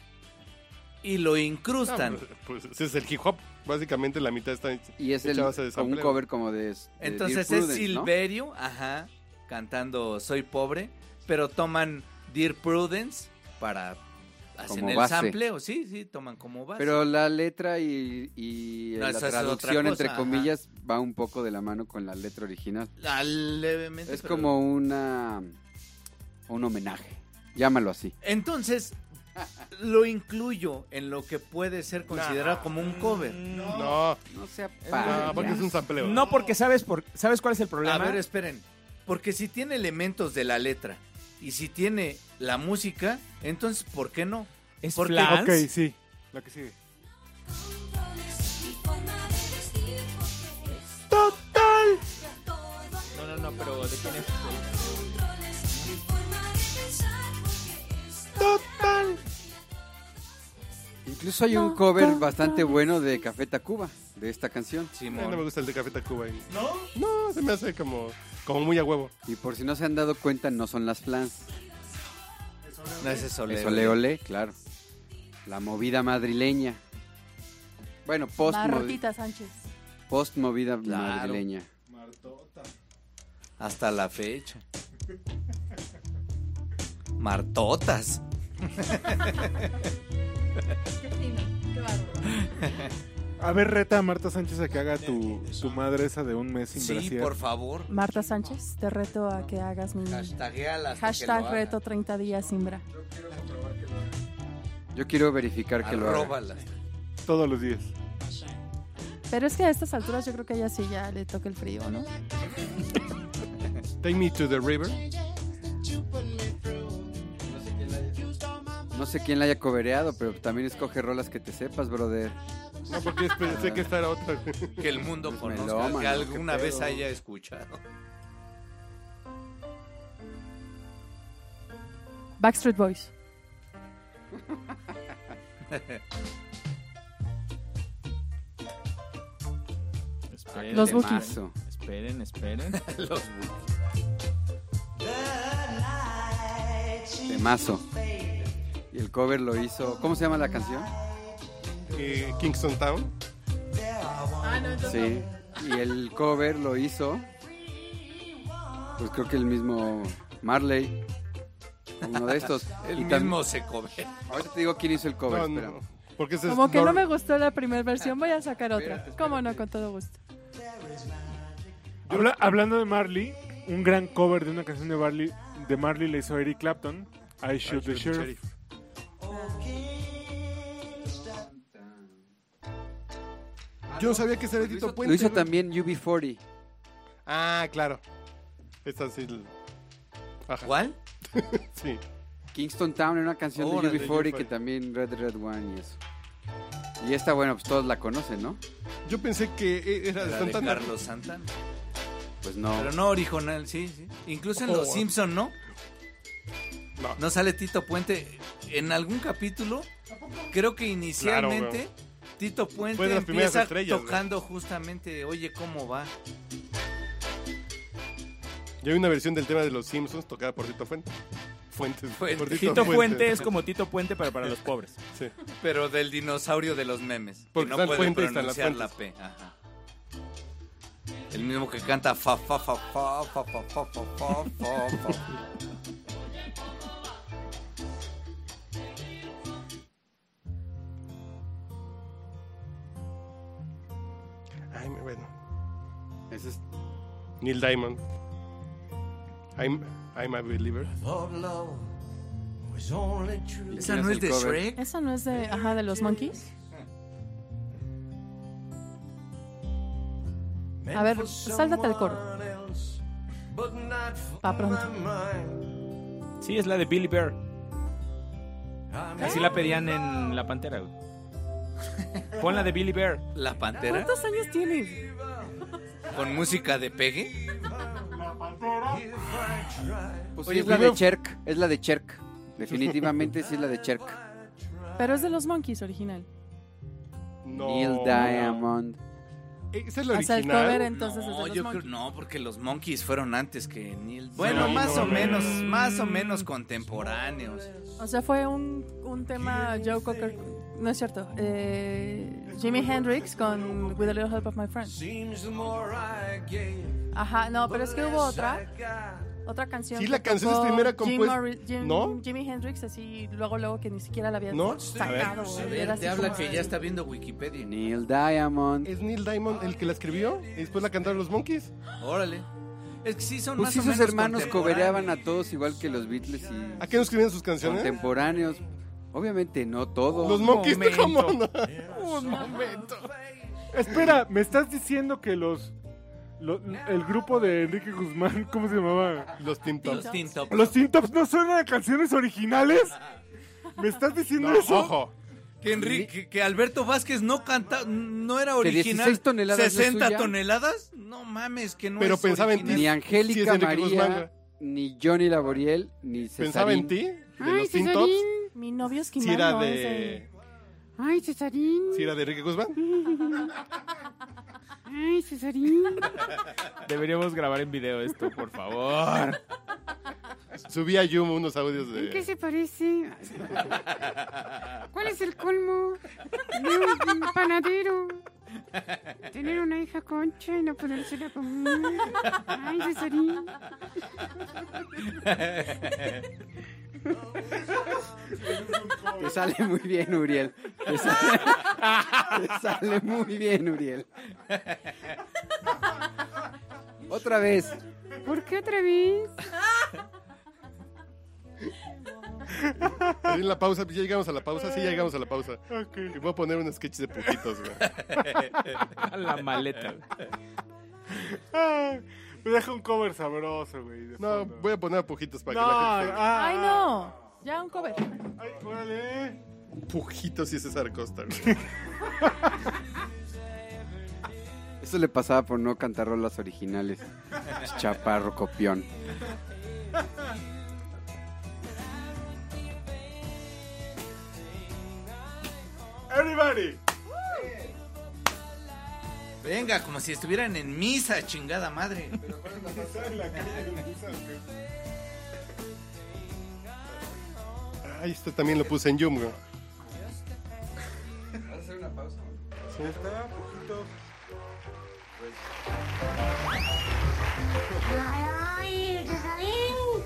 Speaker 7: y lo incrustan.
Speaker 3: Ah, pues, pues, ese es el hip hop. Básicamente la mitad está.
Speaker 4: Y es el,
Speaker 3: Echabas a
Speaker 4: un
Speaker 3: desampleo.
Speaker 4: cover como de... de Dear
Speaker 7: Entonces es
Speaker 4: Prudence, ¿no?
Speaker 7: Silverio, ajá, cantando Soy pobre, pero toman Dear Prudence para hacen
Speaker 4: Como
Speaker 7: el
Speaker 4: base.
Speaker 7: sampleo, sí, sí, toman como base.
Speaker 4: Pero la letra y, y
Speaker 7: No,
Speaker 4: la
Speaker 7: esa es otra
Speaker 4: traducción,
Speaker 7: cosa,
Speaker 4: entre
Speaker 7: ajá.
Speaker 4: comillas, va un poco de la mano con la letra original.
Speaker 7: Ah, levemente,
Speaker 4: Es
Speaker 7: pero-
Speaker 4: como una un homenaje. Llámalo así.
Speaker 7: Entonces, lo incluyo en lo que puede ser considerado como un cover.
Speaker 3: No,
Speaker 4: No sea
Speaker 3: no, porque es un sampleo.
Speaker 6: No, porque sabes por, sabes cuál es el problema.
Speaker 7: A ver, esperen. Porque si tiene elementos de la letra y si tiene la música, entonces, ¿por qué no?
Speaker 6: es
Speaker 7: porque-
Speaker 6: Flans.
Speaker 2: Ok, sí. La que sigue.
Speaker 6: No, no, no, pero ¿de quién es?
Speaker 4: Incluso hay un cover bastante bueno de Café Tacuba, de esta canción.
Speaker 3: Eh, no me
Speaker 7: Simón.
Speaker 3: gusta el de Café Tacuba. ahí. No, se me hace como, como muy a huevo.
Speaker 4: Y por si no se han dado cuenta, no son las flans.
Speaker 7: No ese es
Speaker 4: Es
Speaker 7: Ole
Speaker 4: ole
Speaker 7: Ole.
Speaker 4: ole, claro. La movida madrileña. Bueno, post,
Speaker 8: Martita Sánchez.
Speaker 4: post movida
Speaker 7: Claro.
Speaker 4: madrileña.
Speaker 7: Hasta la fecha.
Speaker 9: Sí,
Speaker 7: Martotas.
Speaker 9: no, qué bárbaro.
Speaker 2: A ver, reta a Marta Sánchez a que haga tu, tu madre esa de un mes sin
Speaker 7: Sí,
Speaker 2: brasier.
Speaker 7: por favor.
Speaker 8: Marta Sánchez, te reto a que hagas mi
Speaker 7: Hashtagueala hasta que lo
Speaker 8: hashtag
Speaker 7: haga.
Speaker 8: reto 30 días Simbra.
Speaker 4: Yo quiero verificar que lo haga.
Speaker 7: Arróbala.
Speaker 2: Todos los días.
Speaker 8: Pero es que a estas alturas yo creo que a ella sí ya le toca el frío, ¿no?
Speaker 3: Take me to the river.
Speaker 4: No sé quién la haya cobereado, pero también escoge rolas que te sepas, brother. Ah.
Speaker 3: No, porque es- pensé que esta era otra.
Speaker 7: Ah. Que el mundo
Speaker 4: Pues
Speaker 7: conozca,
Speaker 4: melómano,
Speaker 7: que alguna
Speaker 4: qué
Speaker 7: vez
Speaker 4: pedo.
Speaker 7: haya escuchado.
Speaker 8: Backstreet Boys.
Speaker 6: Esperen,
Speaker 8: Los Bukis.
Speaker 4: Temazo.
Speaker 6: esperen, esperen.
Speaker 4: Temazo. Y el cover lo hizo. ¿Cómo se llama la canción?
Speaker 3: Eh, Kingston Town.
Speaker 9: Ah,
Speaker 4: Sí. Y el cover lo hizo. Pues creo que el mismo Marley. Uno de estos.
Speaker 7: El
Speaker 4: Y tam-
Speaker 7: mismo se come.
Speaker 4: Ahorita te digo quién hizo el cover.
Speaker 3: No,
Speaker 4: espera.
Speaker 3: no, porque ese es
Speaker 8: Como que no
Speaker 3: Nor-
Speaker 8: me gustó la primera versión, voy a sacar otra. ¿Cómo no? Con todo gusto.
Speaker 2: Habla- hablando de Marley, un gran cover de una canción de Marley, de Marley le hizo Eric Clapton. I Shoot the Sheriff.
Speaker 3: Yo no sabía que ese era
Speaker 4: Lo
Speaker 3: Tito
Speaker 4: hizo,
Speaker 3: Puente.
Speaker 4: lo hizo
Speaker 3: güey.
Speaker 4: también UB40.
Speaker 3: Ah, claro. Es así. el-
Speaker 7: ¿Cuál?
Speaker 3: Sí.
Speaker 4: Kingston Town era una canción
Speaker 3: Órale,
Speaker 4: de UB40 que
Speaker 3: UB40.
Speaker 4: también Red Red One y eso. Y esta, bueno, pues todos la conocen, ¿no?
Speaker 3: Yo pensé que e- era de
Speaker 7: La de
Speaker 3: Santana.
Speaker 7: Carlos Santana.
Speaker 4: Pues no.
Speaker 7: Pero no original, sí, sí. Incluso en Los Simpson, ¿no?
Speaker 3: No.
Speaker 7: No sale Tito Puente. En algún capítulo, creo que inicialmente Tito Puente
Speaker 3: Fue de las primeras
Speaker 7: empieza
Speaker 3: estrellas, güey.
Speaker 7: tocando justamente, oye, ¿cómo va?
Speaker 3: Ya hay una versión del tema de los Simpsons tocada por Tito Fuente. Fuentes.
Speaker 7: Fuente.
Speaker 3: por
Speaker 6: Tito, Fuente. es como Tito Puente, pero para los pobres.
Speaker 3: Sí.
Speaker 7: Pero del dinosaurio de los memes.
Speaker 3: Porque
Speaker 7: que no
Speaker 3: están
Speaker 7: puede
Speaker 3: puentes, están las
Speaker 7: pronunciar la P. Ajá. El mismo que canta fa fa fa fa fa fa fa fa fa fa, fa.
Speaker 3: Ay, bueno.
Speaker 4: Ese es-
Speaker 3: Neil Diamond. I'm, I'm a believer.
Speaker 7: Esa
Speaker 4: ese
Speaker 7: no es de
Speaker 4: el cover.
Speaker 7: Shrek.
Speaker 8: ¿Esa no es de, ajá, de los Monkeys? A ver, sáltate al coro. Pa' pronto.
Speaker 6: Sí, es la de Billy Bear. Así la pedían en La Pantera, güey. Pon la de Billy Bear.
Speaker 7: La pantera
Speaker 8: ¿Cuántos años tienes?
Speaker 7: con música de pegue.
Speaker 4: pues sí,
Speaker 3: Oye,
Speaker 4: es la de
Speaker 3: primero-
Speaker 4: Cherk. Es la de Cherk. Definitivamente sí es la de Cherk.
Speaker 8: Pero es de los Monkeys original.
Speaker 3: No.
Speaker 4: Neil Diamond.
Speaker 3: Esa es la
Speaker 8: O sea,
Speaker 3: original.
Speaker 8: el cover entonces es
Speaker 7: no,
Speaker 8: de los
Speaker 7: yo creo-
Speaker 8: Monkeys.
Speaker 7: no, porque los Monkeys fueron antes que Neil. Bueno,
Speaker 3: no,
Speaker 7: más o
Speaker 3: no.
Speaker 7: menos, más o menos contemporáneos.
Speaker 8: O sea, fue un, un tema Joe Cocker. No es cierto. Eh, Jimi Hendrix con With a Little Help of My Friend. Ajá, no, pero es que hubo otra. Otra canción.
Speaker 3: Sí, la
Speaker 8: que
Speaker 3: canción es
Speaker 8: tocó
Speaker 3: primera
Speaker 8: Jim
Speaker 3: compuesta-
Speaker 8: Morri- Jim-
Speaker 3: ¿No?
Speaker 8: Jimi Hendrix, así luego, luego que ni siquiera la había
Speaker 3: ¿No?
Speaker 8: sacado.
Speaker 7: A
Speaker 8: era
Speaker 7: ver,
Speaker 8: así
Speaker 7: te habla
Speaker 8: como-
Speaker 7: que ya está viendo Wikipedia.
Speaker 4: Neil Diamond.
Speaker 3: ¿Es Neil Diamond el que la escribió? ¿Y después la cantaron los Monkeys?
Speaker 7: Órale. Es que sí son
Speaker 4: Pues
Speaker 7: más
Speaker 4: sí,
Speaker 7: o
Speaker 4: sus
Speaker 7: menos
Speaker 4: hermanos
Speaker 7: contemporáneos.
Speaker 4: cobereaban a todos igual que los Beatles
Speaker 3: ¿A
Speaker 4: y
Speaker 3: qué nos escribían sus canciones?
Speaker 4: contemporáneos. Obviamente no todos.
Speaker 3: Los Monkeys,
Speaker 6: momento.
Speaker 3: ¿cómo no?
Speaker 2: Espera, ¿me estás diciendo que los. lo- el grupo de Enrique Guzmán, ¿cómo se llamaba?
Speaker 3: Los Tim Tops.
Speaker 7: Los Teen Tops.
Speaker 2: ¿Los Tintops no son eran canciones originales? ¿Me estás diciendo
Speaker 3: No,
Speaker 2: eso?
Speaker 3: ojo.
Speaker 7: Que, Enrique, que Alberto Vázquez no canta, no era
Speaker 4: Que
Speaker 7: original.
Speaker 4: 16 toneladas no es
Speaker 7: 60
Speaker 4: suya.
Speaker 7: toneladas. No mames, que no
Speaker 3: Pero
Speaker 7: es
Speaker 3: pensaba en ti.
Speaker 4: Ni
Speaker 3: Sí,
Speaker 7: original.
Speaker 3: es
Speaker 4: Angélica
Speaker 3: Enrique
Speaker 4: María,
Speaker 3: Guzmán, güey.
Speaker 4: ni Johnny Laboriel, ni Cesarín.
Speaker 3: Pensaba en ti, de
Speaker 8: Ay,
Speaker 3: los Tim Tops.
Speaker 8: Cesarín. Mi novio es
Speaker 3: Si
Speaker 8: Quimán,
Speaker 3: era
Speaker 8: no, es
Speaker 3: de.
Speaker 8: ¿eh? Ay, Cesarín.
Speaker 3: Si Eh, era de Enrique Guzmán.
Speaker 8: Ay, Cesarín.
Speaker 6: Deberíamos grabar en video esto, por favor.
Speaker 3: Subía Yum unos audios
Speaker 8: ¿En qué
Speaker 3: de.
Speaker 8: se parece? ¿Cuál es el colmo de un panadero? Tener una hija concha y no podérsela comer. Ay, Cesarín.
Speaker 4: Te sale muy bien, Uriel. Te sale, te sale muy bien, Uriel. Otra vez.
Speaker 8: ¿Por qué otra vez?
Speaker 3: En la pausa, ya llegamos a la pausa, sí, ya llegamos a la pausa. Y voy a poner un sketch de putitos, güey.
Speaker 6: La maleta.
Speaker 2: Ah, me deja un cover sabroso, güey. de
Speaker 3: No,
Speaker 2: fondo.
Speaker 3: voy a poner a pujitos para
Speaker 2: No,
Speaker 3: que la gente.
Speaker 2: ah,
Speaker 9: Ay, no. Ya un cover.
Speaker 2: Ay, órale.
Speaker 3: se- Pujitos y César Costa, güey.
Speaker 4: Eso le pasaba por no cantar rolas originales. Chaparro copión.
Speaker 2: Everybody.
Speaker 7: Venga, como si estuvieran en misa, chingada madre.
Speaker 3: Ay, esto también lo puse en Yum, güey.
Speaker 10: Ay,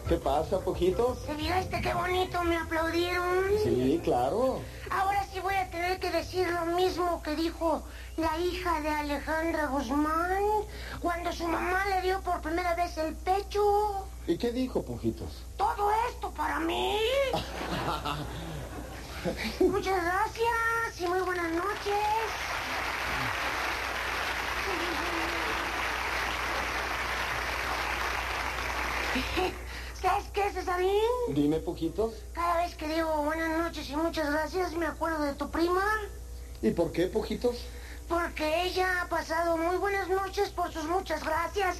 Speaker 10: ¿Qué pasa, Pujito? ¿Miraste este, qué bonito me aplaudieron? Sí, claro. Ahora sí voy a tener que decir lo mismo que dijo la hija de Alejandra Guzmán cuando su mamá le dio por primera vez el pecho.
Speaker 11: ¿Y qué dijo, Pujitos?
Speaker 10: Todo esto para mí. Muchas gracias y muy buenas noches. ¿Sabes qué, Cesarín?
Speaker 11: Dime, Pujitos.
Speaker 10: Cada vez que digo buenas noches y muchas gracias me acuerdo de tu prima
Speaker 11: ¿Y por qué, Pujitos?
Speaker 10: porque ella ha pasado muy buenas noches por sus muchas gracias.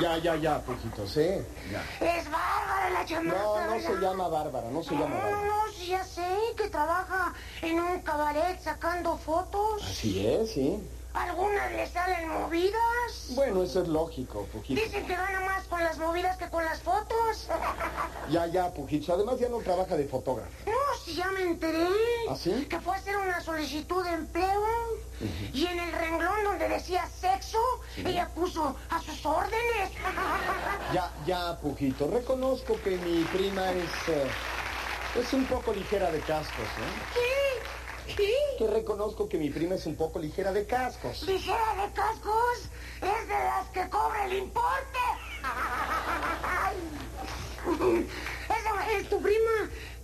Speaker 11: Ya, ya, ya, Pujitos, ¿eh? Ya.
Speaker 10: Es bárbara la chamaca.
Speaker 11: No, no se
Speaker 10: ¿verdad?
Speaker 11: llama Bárbara, no se
Speaker 10: No,
Speaker 11: llama
Speaker 10: no,
Speaker 11: Bárbara.
Speaker 10: no, sí, ya sé que trabaja en un cabaret sacando fotos.
Speaker 11: Así es, sí.
Speaker 10: Algunas le salen movidas.
Speaker 11: Bueno, eso es lógico, Pujitos.
Speaker 10: Dicen que gana más con las movidas que con las fotos.
Speaker 11: Ya, ya, Pujitos. Además, ya no trabaja de fotógrafo.
Speaker 10: No, si ya me enteré.
Speaker 11: ¿Ah, sí?
Speaker 10: Que fue a hacer una solicitud de empleo. Y en el renglón donde decía sexo, ella puso a sus órdenes.
Speaker 11: Ya, ya, Pujitos. Reconozco que mi prima es... eh, es un poco ligera de cascos, ¿eh?
Speaker 10: ¿Qué? ¿Qué?
Speaker 11: Que reconozco que mi prima es un poco ligera de cascos.
Speaker 10: Ligera de cascos es de las que cobra el importe. Esa es tu prima.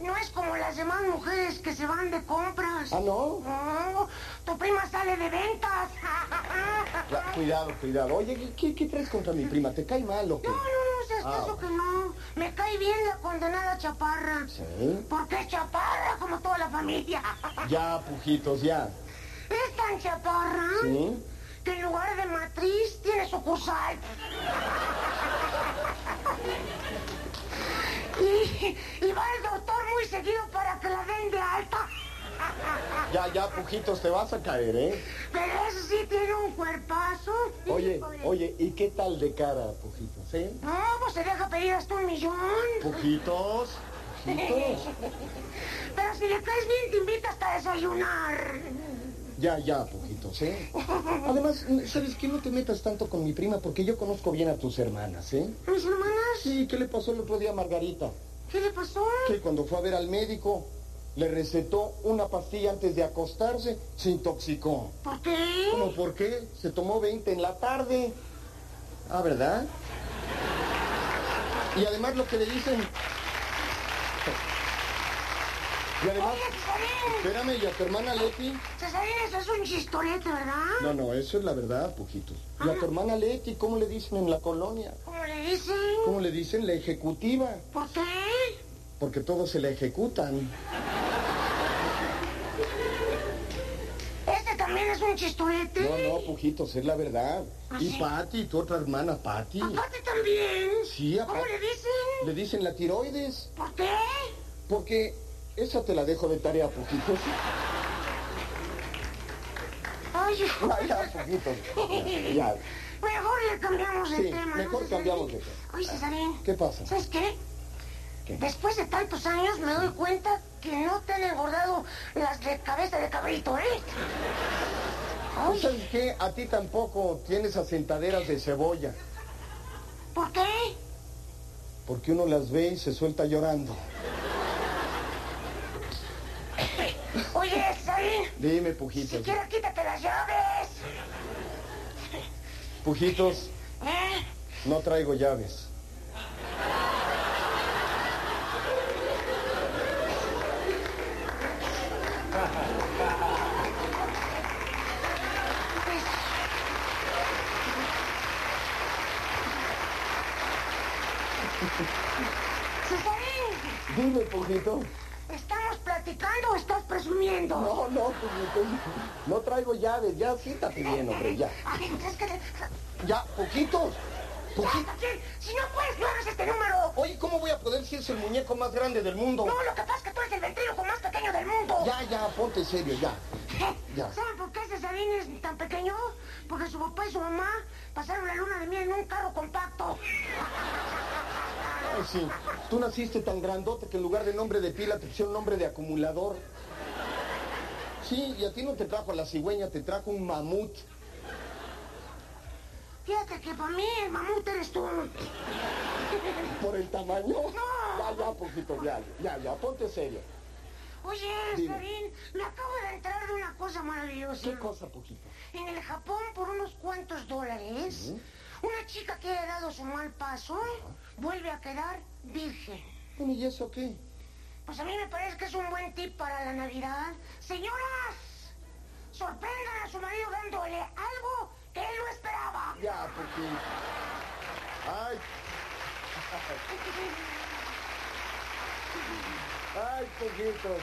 Speaker 10: No es como las demás mujeres que se van de compras.
Speaker 11: Ah, ¿no?
Speaker 10: No, tu prima sale de ventas.
Speaker 11: Ya, cuidado, cuidado. Oye, ¿qué- ¿qué, qué traes contra mi prima? ¿Te cae mal o qué?
Speaker 10: No, no, no, seas
Speaker 11: Ah,
Speaker 10: caso que no. Me cae bien la condenada chaparra.
Speaker 11: ¿Sí?
Speaker 10: Porque es chaparra como toda la familia.
Speaker 11: Ya, Pujitos, ya.
Speaker 10: Es tan chaparra
Speaker 11: ¿Sí?
Speaker 10: que en lugar de matriz tiene sucursal. Y, y va el doctor muy seguido para que la den de alta.
Speaker 11: Ya, ya, Pujitos, te vas a caer, ¿eh?
Speaker 10: Pero eso sí tiene un cuerpazo.
Speaker 11: Oye,
Speaker 10: Híjole.
Speaker 11: oye, ¿y qué tal de cara, Pujitos, eh?
Speaker 10: No, pues se deja pedir hasta un millón.
Speaker 11: Pujitos, Pujitos.
Speaker 10: Pero si le caes bien, te invita hasta a desayunar.
Speaker 11: Ya, ya, Pujitos, ¿eh? Además, ¿sabes qué? No te metas tanto con mi prima porque yo conozco bien a tus hermanas, ¿eh?
Speaker 10: ¿Mis hermanas?
Speaker 11: Sí, ¿qué le pasó el otro día a Margarita?
Speaker 10: ¿Qué le pasó?
Speaker 11: Que cuando fue a ver al médico, le recetó una pastilla antes de acostarse, se intoxicó.
Speaker 10: ¿Por qué?
Speaker 11: ¿Cómo por qué? Se tomó 20 en la tarde. Ah, ¿verdad? Y además lo que le dicen. Y además,
Speaker 10: Oiga, Cesarín.
Speaker 11: espérame, ¿y a tu hermana Leti?
Speaker 10: Cesarín, eso es un chistorete, ¿verdad?
Speaker 11: No, no, eso es la verdad, Pujitos. ¿Y
Speaker 10: Ah.
Speaker 11: a tu hermana Leti cómo le dicen en la colonia?
Speaker 10: ¿Cómo le dicen?
Speaker 11: ¿Cómo le dicen? La ejecutiva,
Speaker 10: ¿Por qué?
Speaker 11: porque todos se la ejecutan.
Speaker 10: Este también es un chistorete.
Speaker 11: No, no, Pujitos, es la verdad.
Speaker 10: ¿Ah,
Speaker 11: Y
Speaker 10: sí?
Speaker 11: Patti, tu otra hermana Patti.
Speaker 10: Aparte también.
Speaker 11: Sí, a
Speaker 10: ¿Cómo
Speaker 11: Pati.
Speaker 10: le dicen?
Speaker 11: Le dicen la tiroides,
Speaker 10: ¿Por qué?
Speaker 11: porque esa te la dejo de tarea, Pujitos.
Speaker 10: Ay,
Speaker 11: Vaya, Pujitos. Ya, ya.
Speaker 10: Mejor le cambiamos de
Speaker 11: Sí,
Speaker 10: tema. ¿no,
Speaker 11: mejor
Speaker 10: Cesarín?
Speaker 11: cambiamos de tema.
Speaker 10: Oye, Cesarín,
Speaker 11: ¿Qué pasa?
Speaker 10: ¿sabes qué? Después de tantos años me doy cuenta que no te han engordado las de cabeza de cabrito, ¿eh?
Speaker 11: ¿Tú Pues, sabes qué? A ti tampoco tienes asentaderas de cebolla,
Speaker 10: ¿Por qué?
Speaker 11: porque uno las ve y se suelta llorando.
Speaker 10: Oye, Cesarín,
Speaker 11: Dime, Pujitos.
Speaker 10: siquiera quítate las llaves,
Speaker 11: Pujitos,
Speaker 10: ¿eh?
Speaker 11: no traigo llaves.
Speaker 10: Cesarín,
Speaker 11: Dime, Pujito.
Speaker 10: ¿estamos platicando o estás presumiendo?
Speaker 11: No, no, Pujitos. No traigo llaves. Ya, siéntate bien, hombre, ya.
Speaker 10: Ay, es que...
Speaker 11: Ya, Pujitos. Pujitos.
Speaker 10: Hasta aquí. Si no puedes, no hagas este número.
Speaker 11: Oye, ¿cómo voy a poder si es el muñeco más grande del mundo?
Speaker 10: No, lo que pasa es que tú eres el ventríloco más pequeño del mundo.
Speaker 11: Ya, ya, ponte serio, ya. Ya.
Speaker 10: ¿Saben por qué Cesarín es tan pequeño? Porque su papá y su mamá pasaron la luna de miel en un carro compacto.
Speaker 11: Ay, sí. Tú naciste tan grandote que en lugar de nombre de pila te pusieron nombre de acumulador. Sí, y a ti no te trajo la cigüeña, te trajo un mamut.
Speaker 10: Fíjate que para mí el mamut eres tú.
Speaker 11: Por el tamaño.
Speaker 10: No.
Speaker 11: Ya, ya, Pujitos, ya, ya, ya, ponte serio.
Speaker 10: Oye,
Speaker 11: Dime.
Speaker 10: Cesarín, me acabo de entrar de una cosa maravillosa.
Speaker 11: ¿Qué cosa, Pujito?
Speaker 10: En el Japón, por unos cuantos dólares, una chica que ha dado su mal paso vuelve a quedar virgen.
Speaker 11: Bueno, ¿y eso qué?
Speaker 10: Pues a mí me parece que es un buen tip para la Navidad. Señoras, sorprendan a su marido dándole algo que él no esperaba.
Speaker 11: Ya, Pujito. Ay, ay, Pujito.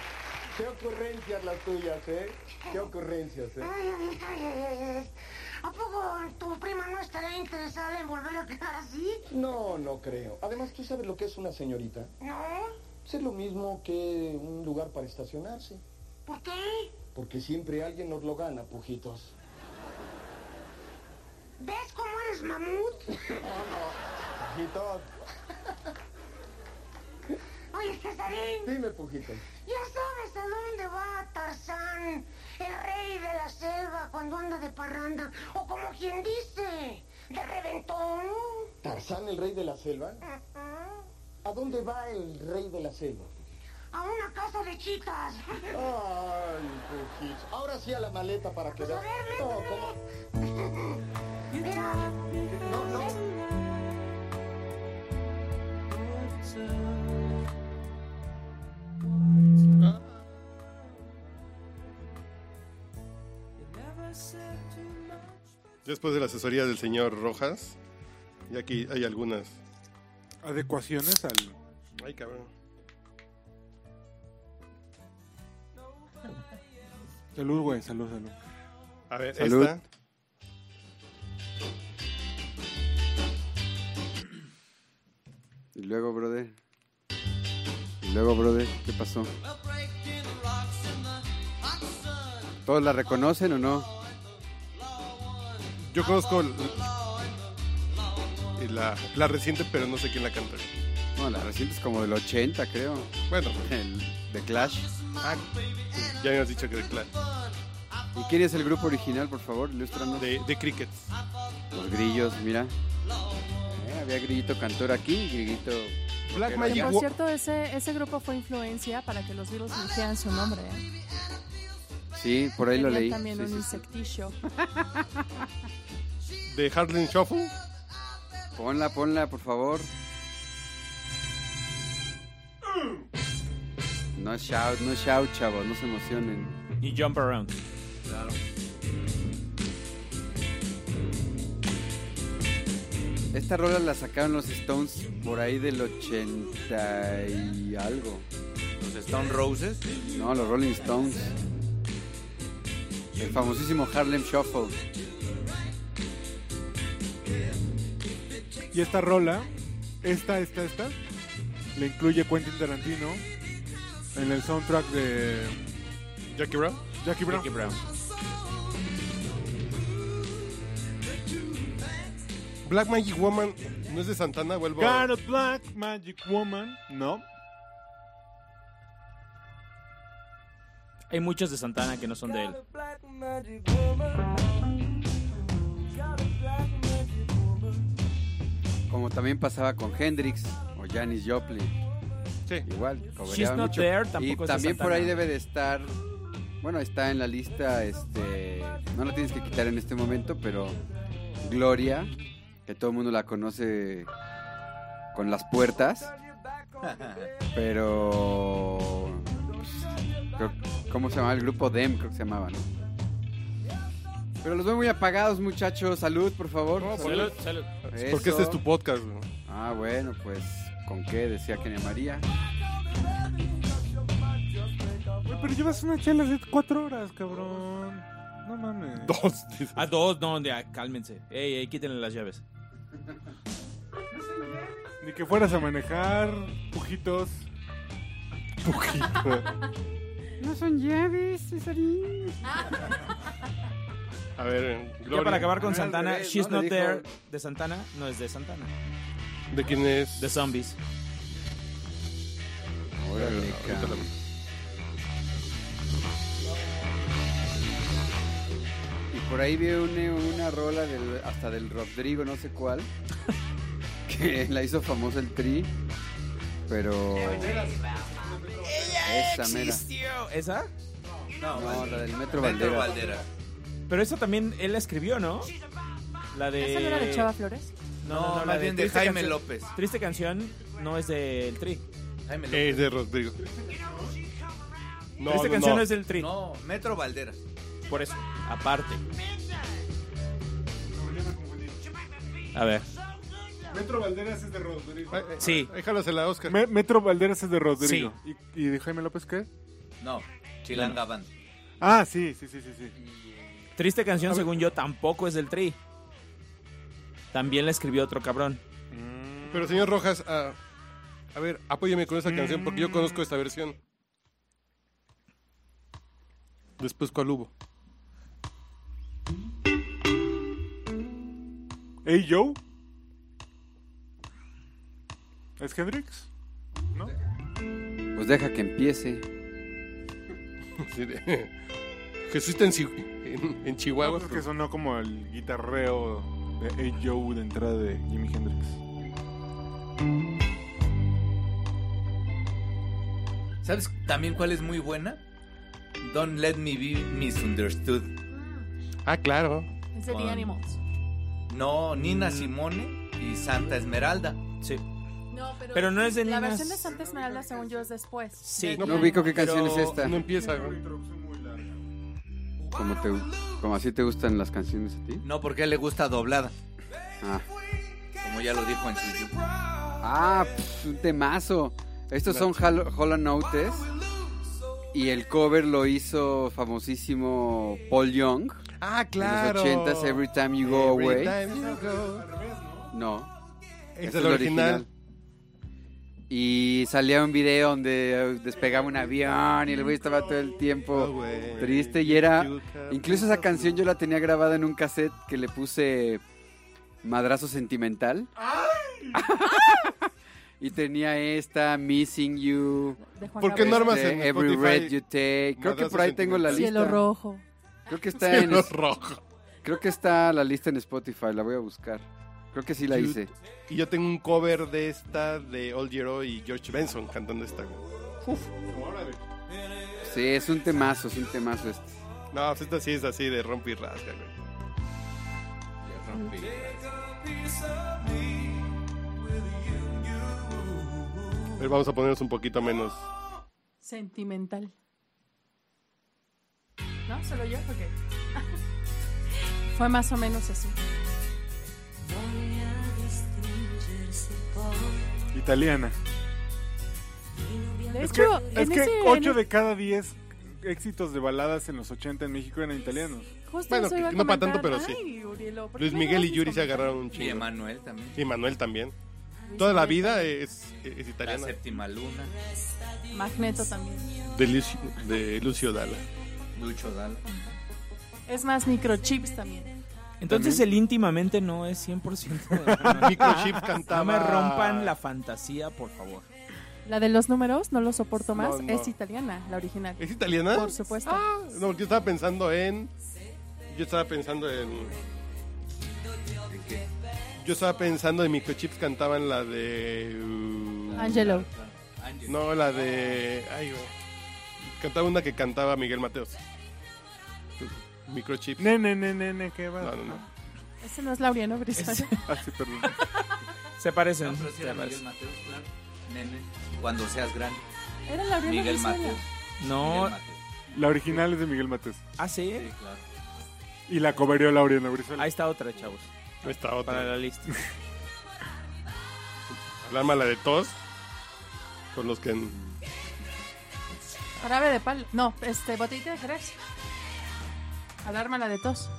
Speaker 11: Qué ocurrencias las tuyas, ¿eh? Qué ocurrencias,
Speaker 10: Ay,
Speaker 11: ¿eh?
Speaker 10: ay, ay, ay, ay. ¿A poco tu prima no estará interesada en volver a quedar así?
Speaker 11: No, no creo. Además, ¿tú sabes lo que es una señorita?
Speaker 10: ¿No?
Speaker 11: Pues es lo mismo que un lugar para estacionarse.
Speaker 10: ¿Por qué?
Speaker 11: Porque siempre alguien nos lo gana, pujitos.
Speaker 10: ¿Ves cómo eres mamut?
Speaker 11: Pujitos.
Speaker 10: Oye, Cesarín,
Speaker 11: Dime, pujitos.
Speaker 10: ¿ya sabes a dónde va Tarzán, el rey de la selva, cuando anda de parranda? O como quien dice, de reventón.
Speaker 11: ¿Tarzán, el rey de la selva?
Speaker 10: Ujú.
Speaker 11: ¿A dónde va el rey de la selva?
Speaker 10: A una casa de chicas.
Speaker 11: Ay, pujitos. Ahora sí a la maleta para que
Speaker 10: Pues a
Speaker 11: veas.
Speaker 10: ver,
Speaker 11: No,
Speaker 10: métele.
Speaker 11: ¿cómo?
Speaker 10: Mira.
Speaker 11: No, no.
Speaker 3: Después de la asesoría del señor Rojas, y aquí hay algunas.
Speaker 2: Adecuaciones al.
Speaker 3: Ay, cabrón.
Speaker 2: Salud, güey, salud, salud.
Speaker 3: A ver,
Speaker 4: Salud.
Speaker 3: esta.
Speaker 4: Y luego, brother. Y luego, brother, ¿qué pasó? ¿Todos la reconocen o no?
Speaker 3: Yo conozco l- y la, la reciente, pero no sé quién la canta.
Speaker 4: No, la reciente es como del 80, creo.
Speaker 3: Bueno,
Speaker 4: El, de Clash.
Speaker 3: ah, ya me has dicho que de, Cla-
Speaker 4: ¿Y quién es el grupo original, por favor? Ilústranos.
Speaker 3: de, de Crickets.
Speaker 4: Los grillos, mira. Eh, había grillito cantor aquí y grillito.
Speaker 3: Black
Speaker 4: rockero
Speaker 3: Magic
Speaker 4: allá.
Speaker 9: Por
Speaker 3: Wo-
Speaker 9: cierto, ese, ese grupo fue influencia para que los virus eligieran su nombre. ¿eh?
Speaker 4: Sí, por ahí lo
Speaker 9: Tenían
Speaker 4: leí.
Speaker 9: también
Speaker 4: Sí,
Speaker 9: un
Speaker 4: sí, sí.
Speaker 9: insectillo.
Speaker 3: de Harlem Shuffle.
Speaker 4: Ponla, ponla, por favor. No es shout, no es shout, chavos, no se emocionen.
Speaker 6: Y jump around.
Speaker 4: Claro. Esta rola la sacaron los Stones por ahí del 80 y algo.
Speaker 7: ¿Los Stone Roses?
Speaker 4: No, los Rolling Stones. El famosísimo Harlem Shuffle.
Speaker 2: Y esta rola, esta, esta, esta, le incluye Quentin Tarantino en el soundtrack de
Speaker 3: Jackie Brown.
Speaker 2: Jackie Brown.
Speaker 6: Jackie Brown.
Speaker 3: Black Magic Woman no es de Santana, vuelvo a-
Speaker 2: Got a Black Magic Woman. No.
Speaker 6: Hay muchos de Santana que no son de él.
Speaker 4: Como también pasaba con Hendrix o Janis Joplin.
Speaker 3: Sí.
Speaker 4: Igual,
Speaker 6: She's
Speaker 4: cobereaban
Speaker 6: Not
Speaker 4: mucho.
Speaker 6: There tampoco
Speaker 4: Y
Speaker 6: es de
Speaker 4: también por
Speaker 6: Santana.
Speaker 4: ahí debe de estar. Bueno, está en la lista, este. No la tienes que quitar en este momento, pero Gloria, que todo el mundo la conoce con las puertas, pero. pues, creo- ¿Cómo se llamaba el grupo? Dem, creo que se llamaba, ¿no? Pero los veo muy apagados, muchachos. Salud, por favor.
Speaker 6: Salud, salud.
Speaker 3: Es Porque este es tu podcast, güey.
Speaker 4: Ah, bueno, pues, ¿con qué? Decía Kenia María.
Speaker 2: Güey, pero llevas una chela de cuatro horas, cabrón. No mames.
Speaker 3: Dos.
Speaker 6: A dos, no, de- ah, cálmense. Ey, ey, quítenle las llaves.
Speaker 2: Ni que fueras a manejar, pujitos. Pujito.
Speaker 8: No son llaves, Cesarín.
Speaker 3: A ver, eh,
Speaker 6: Ya
Speaker 3: Gloria.
Speaker 6: para acabar con
Speaker 4: Ah, al
Speaker 6: Santana,
Speaker 4: revés,
Speaker 6: She's
Speaker 4: ¿no?
Speaker 6: Not
Speaker 4: Le dijo-
Speaker 6: There de Santana no es de Santana,
Speaker 3: ¿De quién es?
Speaker 6: de Zombies.
Speaker 4: Órale,
Speaker 3: Ahorita la-
Speaker 4: Y por ahí vi una, una rola del, hasta del Rodrigo, no sé cuál, que la hizo famosa el Tri, pero... Esa mera.
Speaker 6: Tío, ¿Esa?
Speaker 7: No,
Speaker 4: No, la del Metro
Speaker 7: Metro
Speaker 4: Valdera.
Speaker 7: Valdera.
Speaker 6: Pero esa también él la escribió, ¿no? La de...
Speaker 9: ¿Esa no era de Chava Flores?
Speaker 6: No, no, no,
Speaker 7: No,
Speaker 6: la
Speaker 7: más bien de
Speaker 6: Triste
Speaker 7: Jaime
Speaker 6: Canción-
Speaker 7: López.
Speaker 6: Triste canción no es del Tri.
Speaker 7: Jaime López.
Speaker 3: Es de Rodrigo. No,
Speaker 6: Triste
Speaker 3: no,
Speaker 6: canción
Speaker 3: no.
Speaker 6: no es del Tri.
Speaker 7: No, Metro Valdera.
Speaker 6: Por eso, aparte. A ver.
Speaker 2: Metro Valderas es de Rodrigo.
Speaker 3: Eh, eh,
Speaker 6: Sí.
Speaker 3: Déjalasela, Oscar.
Speaker 2: Metro Valderas es de Rodrigo. ¿Y, y de Jaime López qué?
Speaker 7: No, Chilanga Band.
Speaker 2: Ah, sí, sí, sí, sí. sí.
Speaker 7: eh,
Speaker 6: Triste canción, según yo, tampoco es del Tri. También la escribió otro cabrón.
Speaker 3: Mm. Pero señor Rojas, ah, a ver, apóyeme con esa canción porque
Speaker 4: Mm.
Speaker 3: yo conozco esta versión. Después, ¿cuál hubo?
Speaker 2: Hey, Joe. ¿Es Hendrix?
Speaker 4: Pues deja que empiece.
Speaker 3: Sí, de- Jesús está en, Chi- en- en
Speaker 2: No,
Speaker 3: Chihuahua.
Speaker 2: pues es que sonó como el guitarreo de Hey Joe de entrada de Jimi Hendrix.
Speaker 7: ¿Sabes también cuál es muy buena? Don't Let Me Be Misunderstood.
Speaker 3: Ah, claro.
Speaker 9: Es de The
Speaker 7: Con-
Speaker 9: Animals.
Speaker 7: No, Nina Simone y Santa Esmeralda.
Speaker 6: Sí.
Speaker 9: No, pero,
Speaker 6: Pero no es de
Speaker 9: La
Speaker 6: Ninas.
Speaker 9: versión de Santa Esmeralda, según yo, es después.
Speaker 6: Sí.
Speaker 4: No ubico qué canción es
Speaker 3: Pero
Speaker 4: esta.
Speaker 3: No empieza. güey.
Speaker 4: Como, te, como así te gustan las canciones a ti.
Speaker 7: No, porque a él le gusta doblada,
Speaker 4: Ah,
Speaker 7: como ya lo dijo en su...
Speaker 4: Ah, pf, un temazo. Estos son Hol- Hollow Notes. Y el cover lo hizo famosísimo Paul Young.
Speaker 3: Ah, claro.
Speaker 4: En los 80s, Every Time You Go
Speaker 3: Every
Speaker 4: Away.
Speaker 3: time you go.
Speaker 4: No, Este
Speaker 3: Es
Speaker 4: Ese
Speaker 3: el original.
Speaker 4: Y salía un video donde eh, despegaba un avión y el güey estaba todo el tiempo triste y era... Incluso esa canción yo la tenía grabada en un cassette que le puse Madrazo Sentimental. y tenía esta, Missing You,
Speaker 9: De Juan
Speaker 3: ¿Por qué
Speaker 9: Gabriel.
Speaker 3: no armas
Speaker 4: este,
Speaker 3: en
Speaker 4: Every
Speaker 3: Spotify?
Speaker 4: Red You Take. Creo que
Speaker 3: Madrazo
Speaker 4: por ahí tengo la lista.
Speaker 9: Cielo rojo.
Speaker 4: Creo que está en...
Speaker 3: Los rojos.
Speaker 4: Creo que está la lista en Spotify, la voy a buscar. Creo que sí la
Speaker 3: Cute.
Speaker 4: hice.
Speaker 3: Y yo tengo un cover de esta de Old Giro y George Benson cantando esta. güey.
Speaker 4: Sí, es un temazo, es un temazo este.
Speaker 3: No, pues esta sí es así de rompe y rasga, güey. A ver, vamos a ponernos un poquito menos
Speaker 9: Sentimental. ¿No? ¿Solo yo? Ok. Fue más o menos así.
Speaker 2: Italiana.
Speaker 9: De
Speaker 2: Es que,
Speaker 9: hecho,
Speaker 2: es
Speaker 9: en e-
Speaker 2: que
Speaker 9: ese-
Speaker 2: 8 de cada 10 éxitos de baladas en los 80 en México eran italianos.
Speaker 9: Justo
Speaker 3: Bueno,
Speaker 9: eso iba a
Speaker 3: no para tanto,
Speaker 9: comentar.
Speaker 3: pero sí.
Speaker 9: Ay, Urielo, ¿por qué
Speaker 3: Luis
Speaker 9: me
Speaker 3: Miguel y
Speaker 9: das
Speaker 3: Yuri
Speaker 9: mis
Speaker 3: se agarraron un
Speaker 7: Y
Speaker 3: chingo.
Speaker 7: Emanuel también.
Speaker 3: Y Manuel también.
Speaker 9: comentarios?
Speaker 3: Toda la vida es, es
Speaker 7: La
Speaker 3: italiana.
Speaker 7: séptima luna.
Speaker 9: Magneto también.
Speaker 3: De Lucio, de Lucio Dalla.
Speaker 7: Lucho Dal.
Speaker 9: Es más, microchips también.
Speaker 6: Entonces el íntimamente no es 100%. de-
Speaker 3: Microchip
Speaker 6: No
Speaker 3: cantaba.
Speaker 6: me rompan la fantasía, por favor.
Speaker 9: La de los números, no lo soporto más,
Speaker 3: No, no.
Speaker 9: es italiana, la original.
Speaker 3: ¿Es italiana? Ah,
Speaker 9: Por supuesto.
Speaker 3: No, porque yo estaba pensando en. Yo estaba pensando en. Yo estaba pensando en Microchips cantaban la de. uh,
Speaker 9: Angelo.
Speaker 3: No, la de. Ay, güey. Cantaba una que cantaba Miguel Mateos. Microchips.
Speaker 2: Ne, ne, ne, ne, ne, qué va.
Speaker 3: No, no, no.
Speaker 9: Ese no es Laureano Brizuela.
Speaker 2: Ah, sí, perdón.
Speaker 6: Se parecen.
Speaker 7: No, pero sí
Speaker 6: se
Speaker 7: era Miguel
Speaker 6: parecen.
Speaker 7: Mateos, claro. Nene. Cuando seas grande.
Speaker 9: Era Laureano
Speaker 7: Miguel
Speaker 9: Brizuela.
Speaker 7: Mateos.
Speaker 6: No,
Speaker 7: Miguel Mateos.
Speaker 2: La original es de Miguel Mates.
Speaker 6: ah, sí.
Speaker 7: Sí, claro.
Speaker 2: Y la coverió Laureano Brizuela.
Speaker 6: Ahí está otra, chavos,
Speaker 3: Esta
Speaker 6: para
Speaker 3: otra.
Speaker 6: la lista.
Speaker 3: La mala de tos. Con los que.
Speaker 9: Jarabe de palo. No, este, botellita de jerez. Alarma la de tos.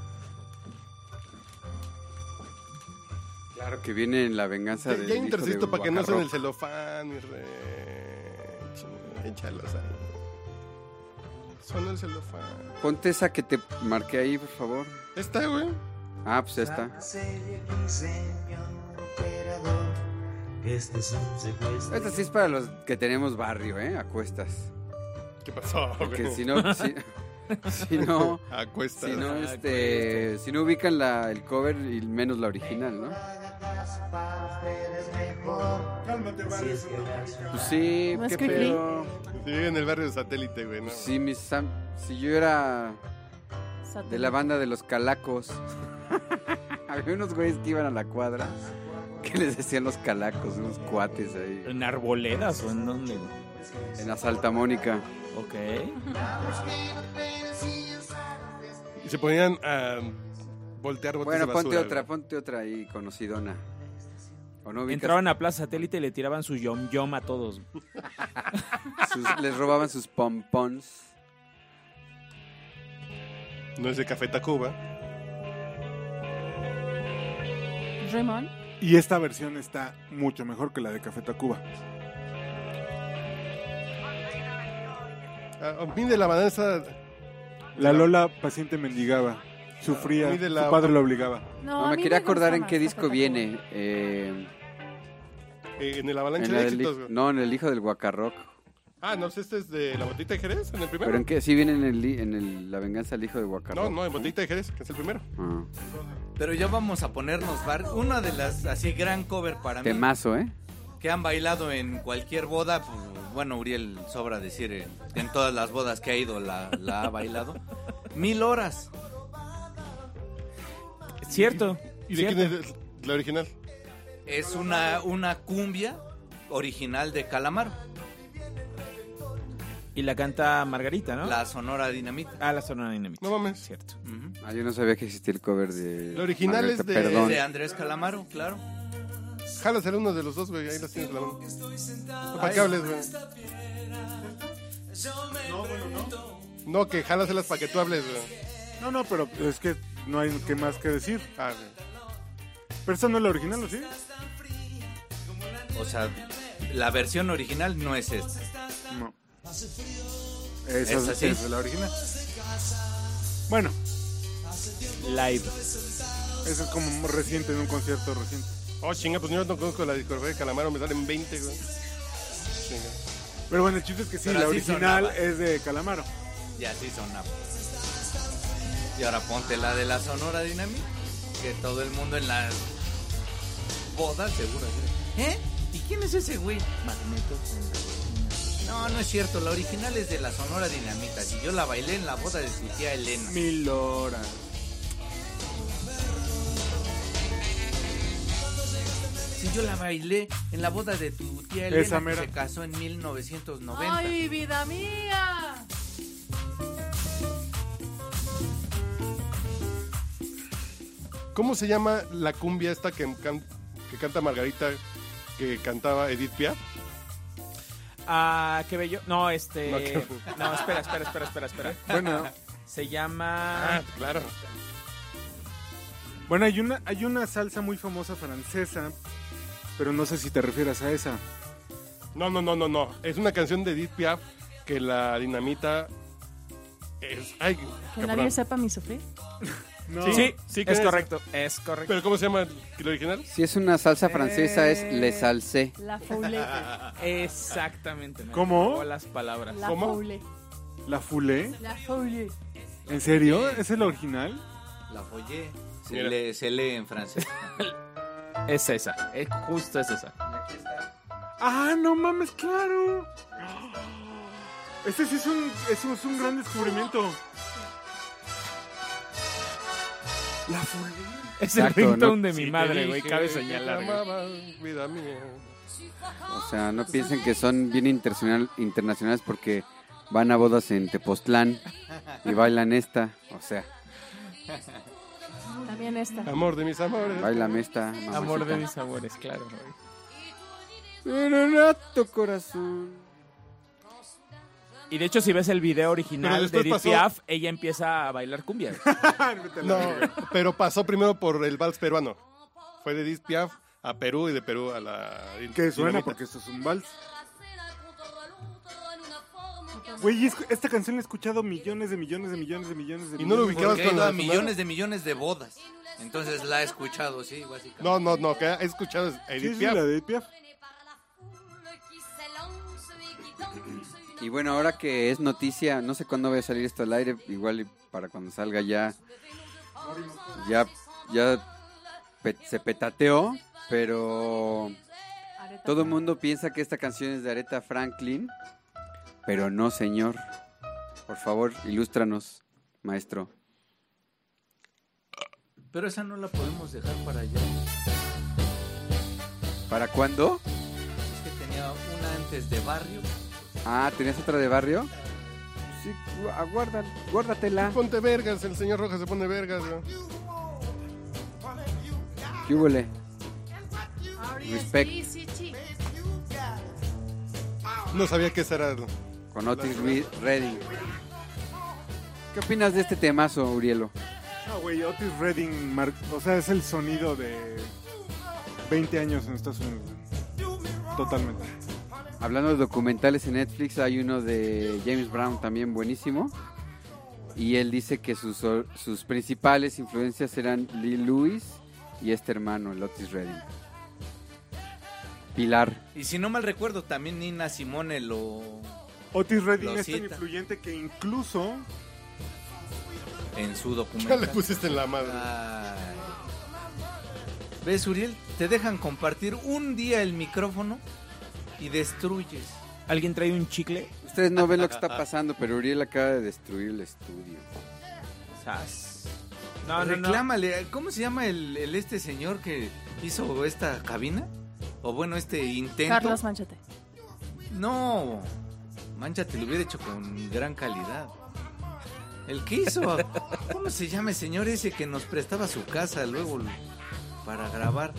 Speaker 4: Claro que viene en la venganza de.
Speaker 3: Ya intersisto para que no sean el celofán, mi rey. Chinga, Échalos ahí. Suena el celofán.
Speaker 4: Ponte esa que te marqué ahí, por favor.
Speaker 3: Esta, güey.
Speaker 4: Ah, pues esta.
Speaker 5: este
Speaker 4: Esta sí es para los que tenemos barrio, ¿eh? A cuestas.
Speaker 3: ¿Qué pasó,
Speaker 4: Porque
Speaker 3: güey?
Speaker 4: si no. Si, si no.
Speaker 3: A cuestas.
Speaker 4: Si no, este, si no ubican la, el cover y menos la original, ¿no?
Speaker 2: Cálmate, Mario.
Speaker 4: Pues sí,
Speaker 9: No es
Speaker 4: qué
Speaker 9: cri-cri.
Speaker 4: pedo.
Speaker 3: Sí, en el barrio de satélite, güey. ¿no?
Speaker 4: Pues sí, mis sam- si yo era de la banda de los calacos, había unos güeyes que iban a la cuadra que les decían los calacos, unos cuates ahí,
Speaker 6: ¿En arboledas o en dónde?
Speaker 4: en la Salta Mónica.
Speaker 6: Ok.
Speaker 3: Y se ponían a voltear botes
Speaker 4: Bueno,
Speaker 3: de
Speaker 4: ponte
Speaker 3: basura,
Speaker 4: otra,
Speaker 3: güey.
Speaker 4: ponte otra ahí, conocidona. ¿O no ubicas?
Speaker 6: Entraban a Plaza Satélite y le tiraban su yom yom a todos.
Speaker 4: Sus- les robaban sus pompons.
Speaker 3: No es de Café Tacuba.
Speaker 9: Raymond.
Speaker 2: Y esta versión está mucho mejor que la de Café Tacuba.
Speaker 3: Ah, A mí de la balanza.
Speaker 2: La Lola paciente mendigaba. Sufría,
Speaker 3: Muy de la-
Speaker 2: su padre la obligaba.
Speaker 9: No,
Speaker 4: No,
Speaker 9: a
Speaker 4: me
Speaker 9: mí
Speaker 4: quería
Speaker 9: gusta
Speaker 4: acordar en
Speaker 9: más
Speaker 4: qué
Speaker 9: Café
Speaker 4: disco
Speaker 9: Tacuba.
Speaker 4: viene. eh,
Speaker 3: eh, en el
Speaker 4: en
Speaker 3: avalancha
Speaker 4: la
Speaker 3: de
Speaker 4: del
Speaker 3: éxitos,
Speaker 4: hij-
Speaker 3: güey.
Speaker 4: no, en el hijo del guacarroc.
Speaker 3: Ah, no, pues este es de la botita de Jerez, en el primero.
Speaker 4: Pero en qué, sí viene en, el, li- en el- la venganza del hijo de Ah. Guacarro.
Speaker 3: No, no, en botita de Jerez, que es el primero.
Speaker 4: Ah.
Speaker 7: Pero ya vamos a ponernos bar. Una de las así gran cover para mí
Speaker 4: Temazo, ¿eh?
Speaker 7: que han bailado en cualquier boda. pues, bueno, Uriel sobra decir eh, que en todas las bodas que ha ido la, la ha bailado. Mil horas.
Speaker 6: Cierto.
Speaker 3: ¿Y de
Speaker 6: cierto.
Speaker 3: quién es la original?
Speaker 7: Es una, una cumbia original de Calamaro,
Speaker 6: Y la canta Margarita, ¿no?
Speaker 7: la Sonora Dinamita.
Speaker 6: Ah, la Sonora Dinamita.
Speaker 3: No mames.
Speaker 6: Cierto.
Speaker 7: Ujú.
Speaker 4: Ah, yo no sabía que existía el cover de.
Speaker 3: La original es de-
Speaker 7: Es
Speaker 4: Perdón.
Speaker 7: de Andrés Calamaro, claro.
Speaker 3: Jala ser uno de los dos, güey. Ahí las tienes a la mano. No, ¿Para qué hables, güey? No, que jálaselas para que tú hables, güey.
Speaker 2: No, no, pero es que no hay que más que decir.
Speaker 3: Ah, güey.
Speaker 2: Pero esa no es la original, ¿o sí?
Speaker 7: O sea, la versión original no es esta.
Speaker 2: No. Esa
Speaker 7: ¿Es
Speaker 2: es,
Speaker 7: así?
Speaker 2: esa es la original. Bueno,
Speaker 6: Live.
Speaker 2: esa es como reciente, en un concierto reciente.
Speaker 3: Oh, chinga, pues yo no conozco la discografía de Calamaro, me salen 20, güey. Chinga.
Speaker 2: Pero bueno, el chiste es que sí,
Speaker 7: Pero
Speaker 2: la
Speaker 7: así
Speaker 2: original
Speaker 7: sonaba.
Speaker 2: es de Calamaro.
Speaker 7: Y así sonaba. Y ahora ponte la de la Sonora Dinamita, que todo el mundo en las bodas seguro. dice, ¿Eh? ¿Y quién es ese güey? Magneto. No, no es cierto, la original es de la Sonora Dinamita. Si yo la bailé en la boda de su tía Elena.
Speaker 2: Mil horas.
Speaker 7: Si yo la bailé en la boda de tu tía Elena,
Speaker 2: Esa
Speaker 7: que
Speaker 2: mera.
Speaker 7: se casó en 1990.
Speaker 9: ¡Ay, vida mía!
Speaker 3: ¿Cómo se llama la cumbia esta que, can- que canta Margarita, que cantaba Edith Piaf?
Speaker 6: Ah, qué bello. No, este.
Speaker 3: No,
Speaker 6: No,
Speaker 3: qué-
Speaker 6: espera, espera, espera, espera, espera.
Speaker 2: Bueno.
Speaker 6: Se llama.
Speaker 3: Ah, claro.
Speaker 2: Bueno, hay una, hay una salsa muy famosa francesa, pero no sé si te refieres a esa.
Speaker 3: No, no, no, no, no. Es una canción de Edith Piaf que la dinamita es... Ay,
Speaker 9: Que
Speaker 3: cabrón.
Speaker 9: nadie sepa mi sufrir.
Speaker 6: Sí, sí,
Speaker 3: que
Speaker 6: es correcto. Es correcto.
Speaker 3: ¿Pero cómo se llama el el original?
Speaker 4: Si es una salsa francesa,
Speaker 6: Eh.
Speaker 4: es le salsé.
Speaker 9: La foule.
Speaker 6: Exactamente. me
Speaker 2: ¿Cómo?
Speaker 6: robó las palabras.
Speaker 9: La foule.
Speaker 2: ¿La Fulé?
Speaker 9: La foule.
Speaker 2: ¿En serio? ¿Es el original?
Speaker 7: La follé. Se
Speaker 3: Mira.
Speaker 7: lee, se lee en francés.
Speaker 6: Es esa. es- justo es esa.
Speaker 2: ¡Ah, no mames, claro! Este sí es un, es un, es un gran descubrimiento. La Fulé.
Speaker 6: Es
Speaker 4: Exacto,
Speaker 6: el ringtone
Speaker 4: ¿no?
Speaker 6: de mi madre, güey. Cabe señalar. güey.
Speaker 3: Vida mía.
Speaker 4: O sea, no piensen que son bien internacional, internacionales porque van a bodas en Tepoztlán y bailan esta. O sea,
Speaker 9: También esta.
Speaker 3: Amor de mis amores.
Speaker 4: bailan esta. mamacita.
Speaker 6: Amor de mis amores, claro. güey.
Speaker 4: Envenena tu corazón.
Speaker 6: Y de hecho, si ves el
Speaker 3: Pero
Speaker 6: video original de
Speaker 3: después
Speaker 6: Edith
Speaker 3: pasó-
Speaker 6: Piaf, ella empieza a bailar cumbia. güey.
Speaker 3: No, pero pasó primero por el vals peruano. Fue de Edith Piaf a Perú y de Perú a la...
Speaker 2: Que suena
Speaker 3: dinamita.
Speaker 2: porque esto es un vals. Güey, es- esta canción la he escuchado millones de millones de millones de millones de
Speaker 3: Y no lo
Speaker 2: millones.
Speaker 3: ubicabas
Speaker 7: Porque he
Speaker 3: con
Speaker 7: ido a
Speaker 3: la
Speaker 7: millones de millones de bodas. Entonces la he escuchado, sí, básicamente.
Speaker 3: No, no, no, que he escuchado a
Speaker 2: Sí,
Speaker 3: Edith
Speaker 2: sí, la
Speaker 3: Piaf.
Speaker 2: de Edith Piaf.
Speaker 4: Y bueno, ahora que es noticia, no sé cuándo va a salir esto al aire, igual y para cuando salga ya. Ya, ya pe- se petateó, pero
Speaker 9: Areta.
Speaker 4: todo el mundo piensa que esta canción es de Aretha Franklin, pero no, señor. Por favor, ilústranos, maestro.
Speaker 7: Pero esa no la podemos dejar para allá.
Speaker 4: ¿Para cuándo?
Speaker 7: Es que tenía una antes de barrio.
Speaker 4: Ah, ¿tenías otra de barrio? Sí, gu- aguarda, guárdatela.
Speaker 3: Ponte vergas, el señor Rojas se pone vergas. ¿no?
Speaker 4: ¿Qué hubole?
Speaker 9: Ahora
Speaker 4: Respect.
Speaker 9: sí, sí, sí.
Speaker 3: No sabía que esa era.
Speaker 4: Con Otis Re- Redding. ¿Qué opinas de este temazo, Urielo?
Speaker 2: Ah, güey, Otis Redding, mar- o sea, es el sonido de 20 años en Estados Unidos. güey. Totalmente.
Speaker 4: Hablando de documentales en Netflix, hay uno de James Brown también buenísimo. Y él dice que sus, or- sus principales influencias eran Lee Lewis y este hermano, el Otis Redding. Pilar.
Speaker 7: Y si no mal recuerdo, también Nina Simone lo
Speaker 2: Otis Redding
Speaker 7: Lo
Speaker 2: es tan
Speaker 7: cita.
Speaker 2: influyente que incluso
Speaker 7: en su
Speaker 3: Ya le
Speaker 7: documental.
Speaker 3: pusiste en la madre.
Speaker 7: Ay. ¿Ves, Uriel? Te dejan compartir un día el micrófono y destruyes.
Speaker 6: ¿Alguien trae un chicle?
Speaker 4: Ustedes no ven lo que está pasando, pero Uriel acaba de destruir el estudio.
Speaker 6: Sas. No, no, no.
Speaker 7: Reclámale. ¿Cómo se llama el, el este señor que hizo esta cabina? O bueno, este intento.
Speaker 9: Carlos Manchete.
Speaker 7: No. Mancha te lo hubiera hecho con gran calidad. El que hizo. ¿Cómo se llama el señor ese que nos prestaba su casa luego lo- para grabar?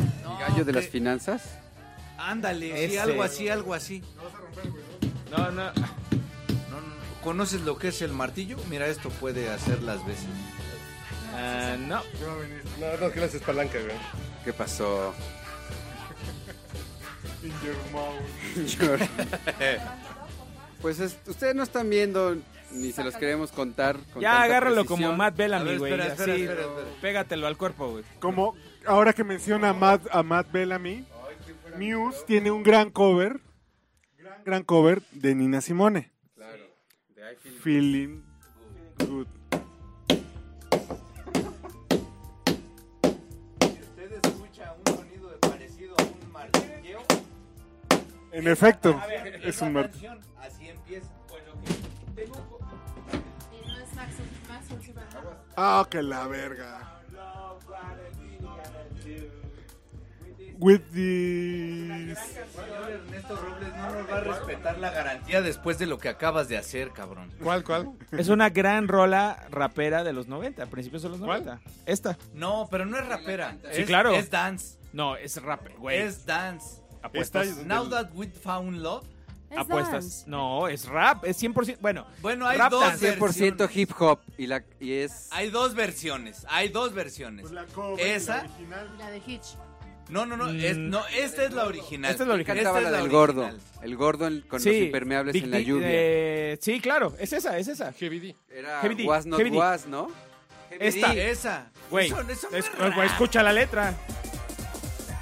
Speaker 4: El gallo de las
Speaker 7: que-
Speaker 4: finanzas.
Speaker 7: Ándale, sí,
Speaker 6: Ese.
Speaker 7: algo así, algo así.
Speaker 6: No, no.
Speaker 7: No, no, ¿Conoces lo que es el martillo? Mira, esto puede hacer las veces.
Speaker 6: Ah, no.
Speaker 3: No, no, que le haces palanca, güey.
Speaker 4: ¿Qué pasó?
Speaker 2: In Your Mouth.
Speaker 4: Pues es- ustedes no están viendo ni se los queremos contar. Con
Speaker 6: Ya
Speaker 4: tanta
Speaker 6: agárralo
Speaker 4: precisión.
Speaker 6: como Matt
Speaker 7: A
Speaker 6: Bellamy,
Speaker 7: ver,
Speaker 6: güey.
Speaker 7: espera, espera,
Speaker 6: así,
Speaker 7: espera, espera.
Speaker 6: Pégatelo al cuerpo, güey.
Speaker 2: como ahora que menciona a Matt, a Matt Bellamy, Muse tiene un gran cover, gran, gran cover de Nina Simone. Feeling good.
Speaker 7: Usted escucha un sonido parecido a un martillo.
Speaker 2: En efecto, es un martillo.
Speaker 7: Así empieza.
Speaker 2: Ah, que la verga. with the...
Speaker 7: Ernesto Robles no nos va a respetar la garantía después de lo que acabas de hacer, cabrón.
Speaker 3: ¿Cuál, cuál?
Speaker 6: Es una gran rola rapera de los 90, a principios de los 90. Esta.
Speaker 7: No, pero no es rapera.
Speaker 6: Sí,
Speaker 7: Es-
Speaker 6: claro.
Speaker 7: Es dance.
Speaker 6: No, es rap, güey.
Speaker 7: Es dance.
Speaker 6: Apuestas.
Speaker 7: Está- Now that we found love.
Speaker 9: Es
Speaker 6: Apuestas.
Speaker 9: dance.
Speaker 6: No, es rap, es 100%. Bueno,
Speaker 7: Bueno, hay
Speaker 6: Rap
Speaker 7: dos
Speaker 6: dance,
Speaker 4: 100% hip hop y, la, y es...
Speaker 7: Hay dos versiones. Hay dos versiones. Esa.
Speaker 9: La de Hitch.
Speaker 7: No, no, no. es- no, esta es la original.
Speaker 6: Mm. Esta es la
Speaker 4: ¿Quién
Speaker 6: original.
Speaker 4: cantaba
Speaker 7: Esta es
Speaker 4: la
Speaker 7: la
Speaker 4: del gordo?
Speaker 7: original.
Speaker 4: El gordo en- con
Speaker 6: Sí,
Speaker 4: los impermeables
Speaker 6: Big
Speaker 4: en la
Speaker 6: D-
Speaker 4: lluvia.
Speaker 6: eh, sí, claro, es esa, es esa.
Speaker 4: Era
Speaker 6: Ah, Heavy D,
Speaker 4: Was Not
Speaker 6: Heavy D.
Speaker 4: Was, ¿no?
Speaker 6: Esta.
Speaker 7: Esa.
Speaker 6: Güey,
Speaker 7: Eso- eso
Speaker 6: es-
Speaker 7: fue rap.
Speaker 6: güey, escucha la letra.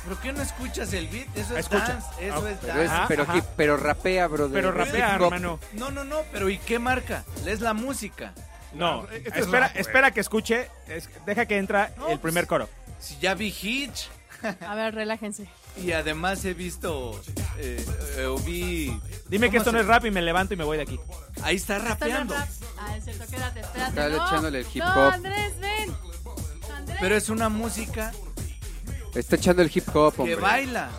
Speaker 7: ¿Por qué no escuchas el beat? Eso es
Speaker 6: Escucha.
Speaker 7: dance. Eso
Speaker 6: Ah,
Speaker 7: es
Speaker 4: Pero, es-
Speaker 7: dance.
Speaker 6: Ajá,
Speaker 4: pero,
Speaker 6: ajá.
Speaker 4: hip- pero rapea, brother.
Speaker 6: Pero
Speaker 4: Es
Speaker 6: rapea,
Speaker 4: hip hop.
Speaker 6: hermano.
Speaker 7: No, no, no. Pero ¿y qué marca? Es la música. Ah,
Speaker 6: No,
Speaker 3: Este es
Speaker 6: espera,
Speaker 3: rap, güey.
Speaker 6: espera que escuche, es- deja que entra el primer coro.
Speaker 7: Si pues, ya vi Hitch.
Speaker 9: A ver, relájense.
Speaker 7: Y además he visto. eh, eh, o vi.
Speaker 6: Dime que
Speaker 7: ¿Cómo
Speaker 6: esto no
Speaker 7: se-
Speaker 6: es rap y me levanto y me voy de aquí.
Speaker 7: Ahí está
Speaker 9: Esto no es
Speaker 7: rapeando.
Speaker 9: rap. Ah, es cierto, quédate, espérate.
Speaker 4: Dale,
Speaker 9: no,
Speaker 4: echándole el hip
Speaker 9: No,
Speaker 4: hop.
Speaker 9: Andrés, ven. Andrés.
Speaker 7: Pero es una música
Speaker 4: Está echando el hip hop,
Speaker 7: que
Speaker 4: hombre.
Speaker 7: baila.